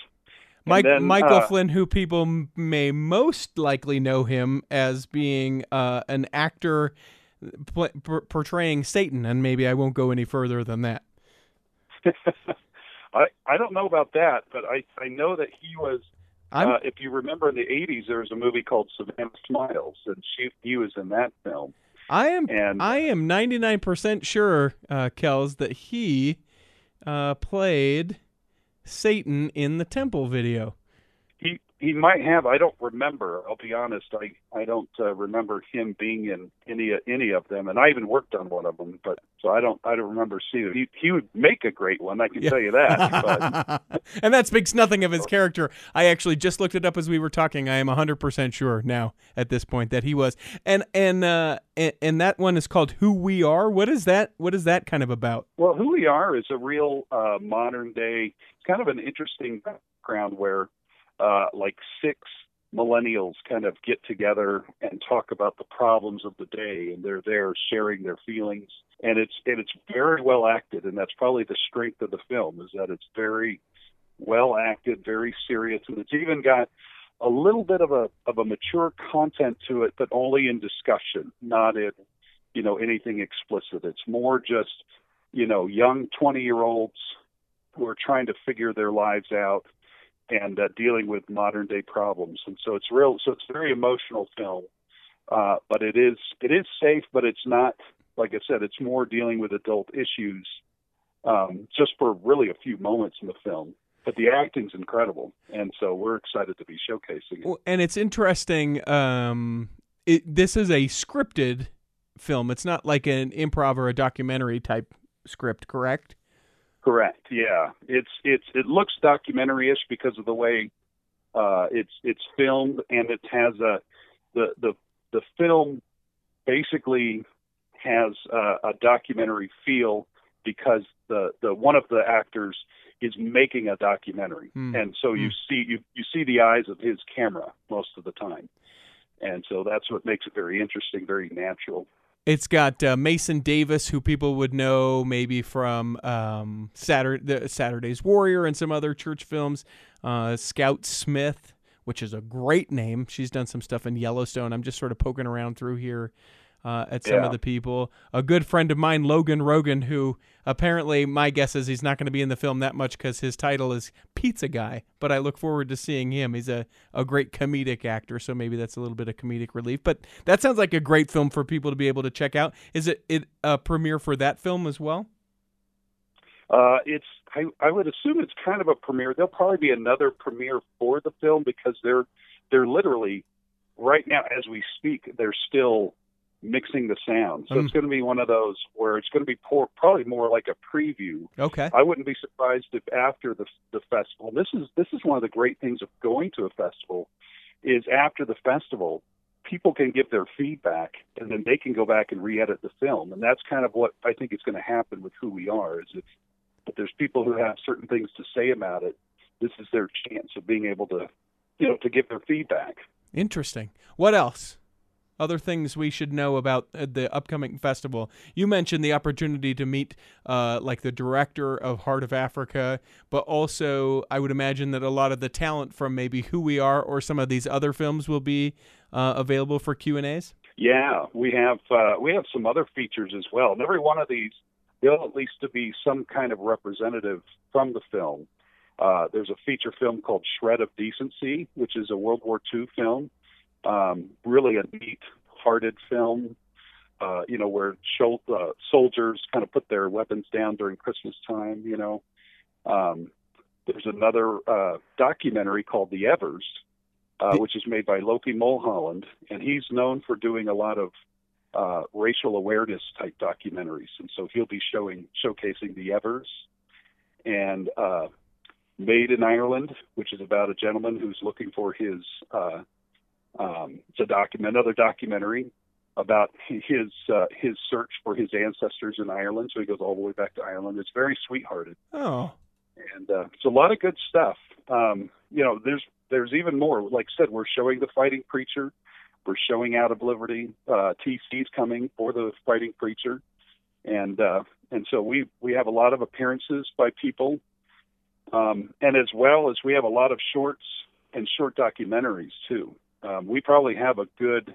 S7: And
S9: Mike,
S7: then,
S9: Michael
S7: uh,
S9: Flynn, who people m- may most likely know him as being uh, an actor pl- por- portraying Satan, and maybe I won't go any further than that.
S7: I I don't know about that, but I I know that he was
S9: I'm,
S7: Uh, if you remember in the 80s, there was a movie called Savannah Smiles, and she he was in that film.
S9: I am
S7: And-
S9: I am 99% sure, uh, Kels, that he uh, played Satan in the temple video.
S7: He
S9: he might have. I don't remember. I'll be honest. I I don't uh, remember him being in any any of them, and I even worked on one of them. But so I don't I don't remember seeing. He he would make a great one. I can tell you that. But
S2: and that speaks nothing of his character. I actually just looked it up as we were talking. I am 100% sure now at this point that he was. And and uh and, and that one is called Who We Are. What is that? What is that kind of about?
S9: Well, Who We Are is a real uh, modern day, it's kind of an interesting background where uh, like six millennials kind of get together and talk about the problems of the day and they're there sharing their feelings and it's and it's very well acted and that's probably the strength of the film is that it's very well acted very serious and it's even got a little bit of a of a mature content to it but only in discussion not in you know anything explicit it's more just you know, young 20 year olds who are trying to figure their lives out and uh, dealing with modern day problems. And so it's real, so it's a very emotional film. Uh, but it is, it is safe, but it's not, like I said, it's more dealing with adult issues, um, just for really a few moments in the film. But the acting's incredible. And so we're excited to be showcasing it.
S2: Well, and it's interesting. Um, it, this is a scripted film. It's not like an improv or a documentary type script, correct?
S9: Correct. Yeah, it's it's it looks documentary-ish because of the way uh, it's it's filmed, and it has a the the the film basically has a, a documentary feel because the the one of the actors is making a documentary,
S2: Hmm.
S9: and so you see you you see the eyes of his camera most of the time, and so that's what makes it very interesting, very natural.
S2: It's got uh, Mason Davis, who people would know maybe from um, Saturday, the Saturday's Warrior and some other church films. Uh, Scout Smith, which is a great name. She's done some stuff in Yellowstone. I'm just sort of poking around through here uh, at some
S9: Yeah.
S2: of the people. A good friend of mine, Logan Rogan, who apparently my guess is he's not going to be in the film that much because his title is Pizza Guy. But I look forward to seeing him. He's a, a great comedic actor, so maybe that's a little bit of comedic relief. But that sounds like a great film for people to be able to check out. Is it, it a premiere for that film as well?
S9: Uh, it's I, I would assume it's kind of a premiere. There'll probably be another premiere for the film because they're they're literally right now as we speak they're still mixing the sound. So it's
S2: Mm.
S9: going to be one of those where it's going to be poor, probably more like a preview.
S2: Okay.
S9: I wouldn't be surprised if after the the festival, this is this is one of the great things of going to a festival, is after the festival, people can give their feedback and then they can go back and re-edit the film, and that's kind of what I think is going to happen with who we are. Is if, if there's people who have certain things to say about it, this is their chance of being able to, you know, to give their feedback.
S2: Interesting. What else? Other things we should know about uh, the upcoming festival. You mentioned the opportunity to meet, uh, like the director of Heart of Africa, but also I would imagine that a lot of the talent from maybe Who We Are or some of these other films will be uh, available for Q and A's.
S9: Yeah, we have uh, we have some other features as well, and every one of these there'll at least to be some kind of representative from the film. Uh, there's a feature film called Shred of Decency, which is a World War II film, um, really a neat-hearted film. Uh, you know, where shol- uh, soldiers kind of put their weapons down during Christmas time. You know, um, there's another uh, documentary called The Evers, uh, which is made by Loki Mulholland, and he's known for doing a lot of uh, racial awareness type documentaries, and so he'll be showing showcasing the Evers and uh, Made in Ireland, which is about a gentleman who's looking for his. Uh, um, it's a document, another documentary about his uh, his search for his ancestors in Ireland. So he goes all the way back to Ireland. It's very sweethearted
S2: Oh,
S9: and uh, it's a lot of good stuff. Um, you know, there's there's even more. Like I said, we're showing the Fighting Preacher, we're showing Out of Liberty. Uh, TC's coming for the Fighting Preacher, and uh, and so we we have a lot of appearances by people, um, and as well as we have a lot of shorts and short documentaries too. Um, we probably have a good,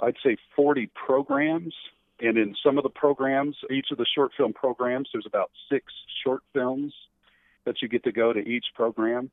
S9: I'd say, 40 programs. And in some of the programs, each of the short film programs, there's about six short films that you get to go to each program.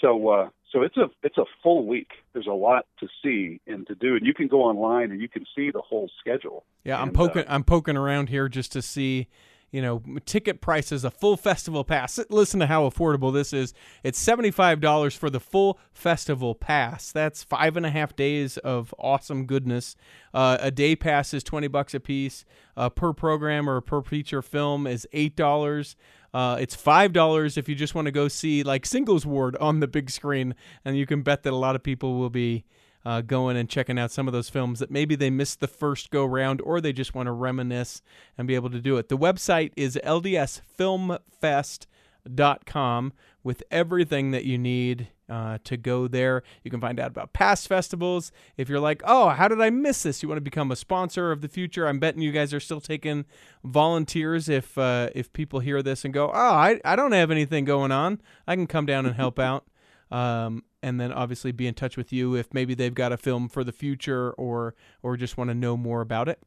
S9: So uh, so it's a it's a full week. There's a lot to see and to do, and you can go online and you can see the whole schedule.
S2: yeah. I'm
S9: And, uh,
S2: poking. I'm poking around here just to see.
S9: you know, m- ticket prices, a full festival pass. Listen to how affordable this is. It's seventy-five dollars for the full festival pass. That's five and a half days of awesome goodness. Uh, a day pass is twenty bucks a piece uh, per program or per feature film is eight dollars. Uh, it's five dollars if you just want to go see like Singles Ward on the big screen, and you can bet that a lot of people will be uh, going and checking out some of those films that maybe they missed the first go round or they just want to reminisce and be able to do it. The website is ldsfilmfest.com with everything that you need uh, to go there. You can find out about past festivals. If you're like, oh, how did I miss this? You want to become a sponsor of the future? I'm betting you guys are still taking volunteers. If uh, if people hear this and go, oh, I, I don't have anything going on, I can come down and help out um, and then obviously be in touch with you if maybe they've got a film for the future or or just want to know more about it.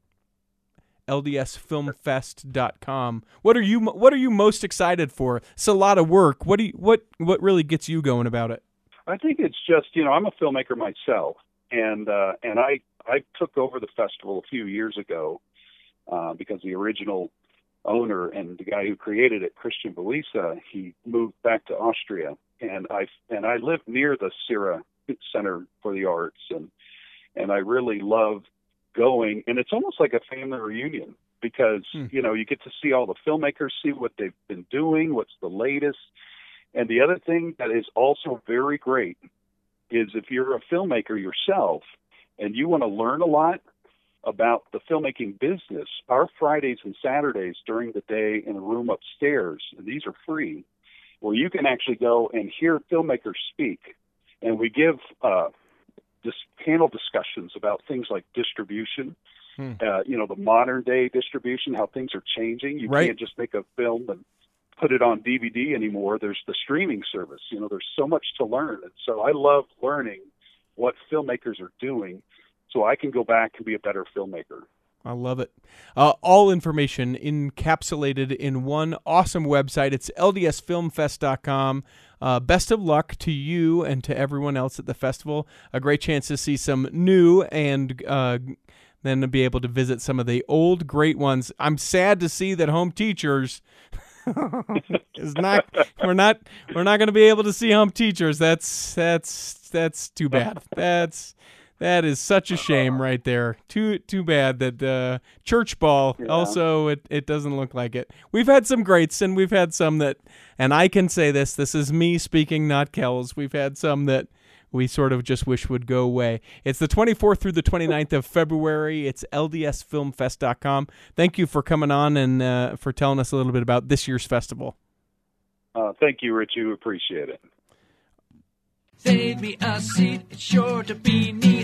S9: LDSFilmFest.com. What are you mo- What are you most excited for? It's a lot of work. What do you, what what really gets you going about it?
S7: I think it's just you know I'm a filmmaker myself, and uh, and I I took over the festival a few years ago uh, because the original owner and the guy who created it, Christian Belisa, he moved back to Austria, and I and I live near the Sira Center for the Arts, and and I really love going, and it's almost like a family reunion because you know you get to see all the filmmakers, see what they've been doing, what's the latest. And the other thing that is also very great is if you're a filmmaker yourself and you want to learn a lot about the filmmaking business, our Fridays and Saturdays during the day in a room upstairs, and these are free, where you can actually go and hear filmmakers speak. And we give uh, dis- panel discussions about things like distribution,
S9: Hmm.
S7: uh, you know, the modern day distribution, how things are changing. You
S9: Right.
S7: can't just make a film and put it on DVD anymore. There's the streaming service. You know, there's so much to learn. And so I love learning what filmmakers are doing so I can go back and be a better filmmaker.
S9: I love it. Uh, all information encapsulated in one awesome website. It's ldsfilmfest.com. Uh, best of luck to you and to everyone else at the festival. A great chance to see some new and uh, then to be able to visit some of the old great ones. I'm sad to see that Home Teachers is not. We're not. We're not going to be able to see Home Teachers. That's that's that's too bad. That's that is such a shame right there. Too too bad that uh, church ball also it, it doesn't look like it. We've had some greats and we've had some that and I can say this, this is me speaking, not Kells. We've had some that we sort of just wish would go away. It's the 24th through the 29th of February. It's ldsfilmfest.com. Thank you for coming on and uh, for telling us a little bit about this year's festival.
S7: Uh, thank you, Rich. You appreciate it.
S11: Save me a seat, it's sure to be needed.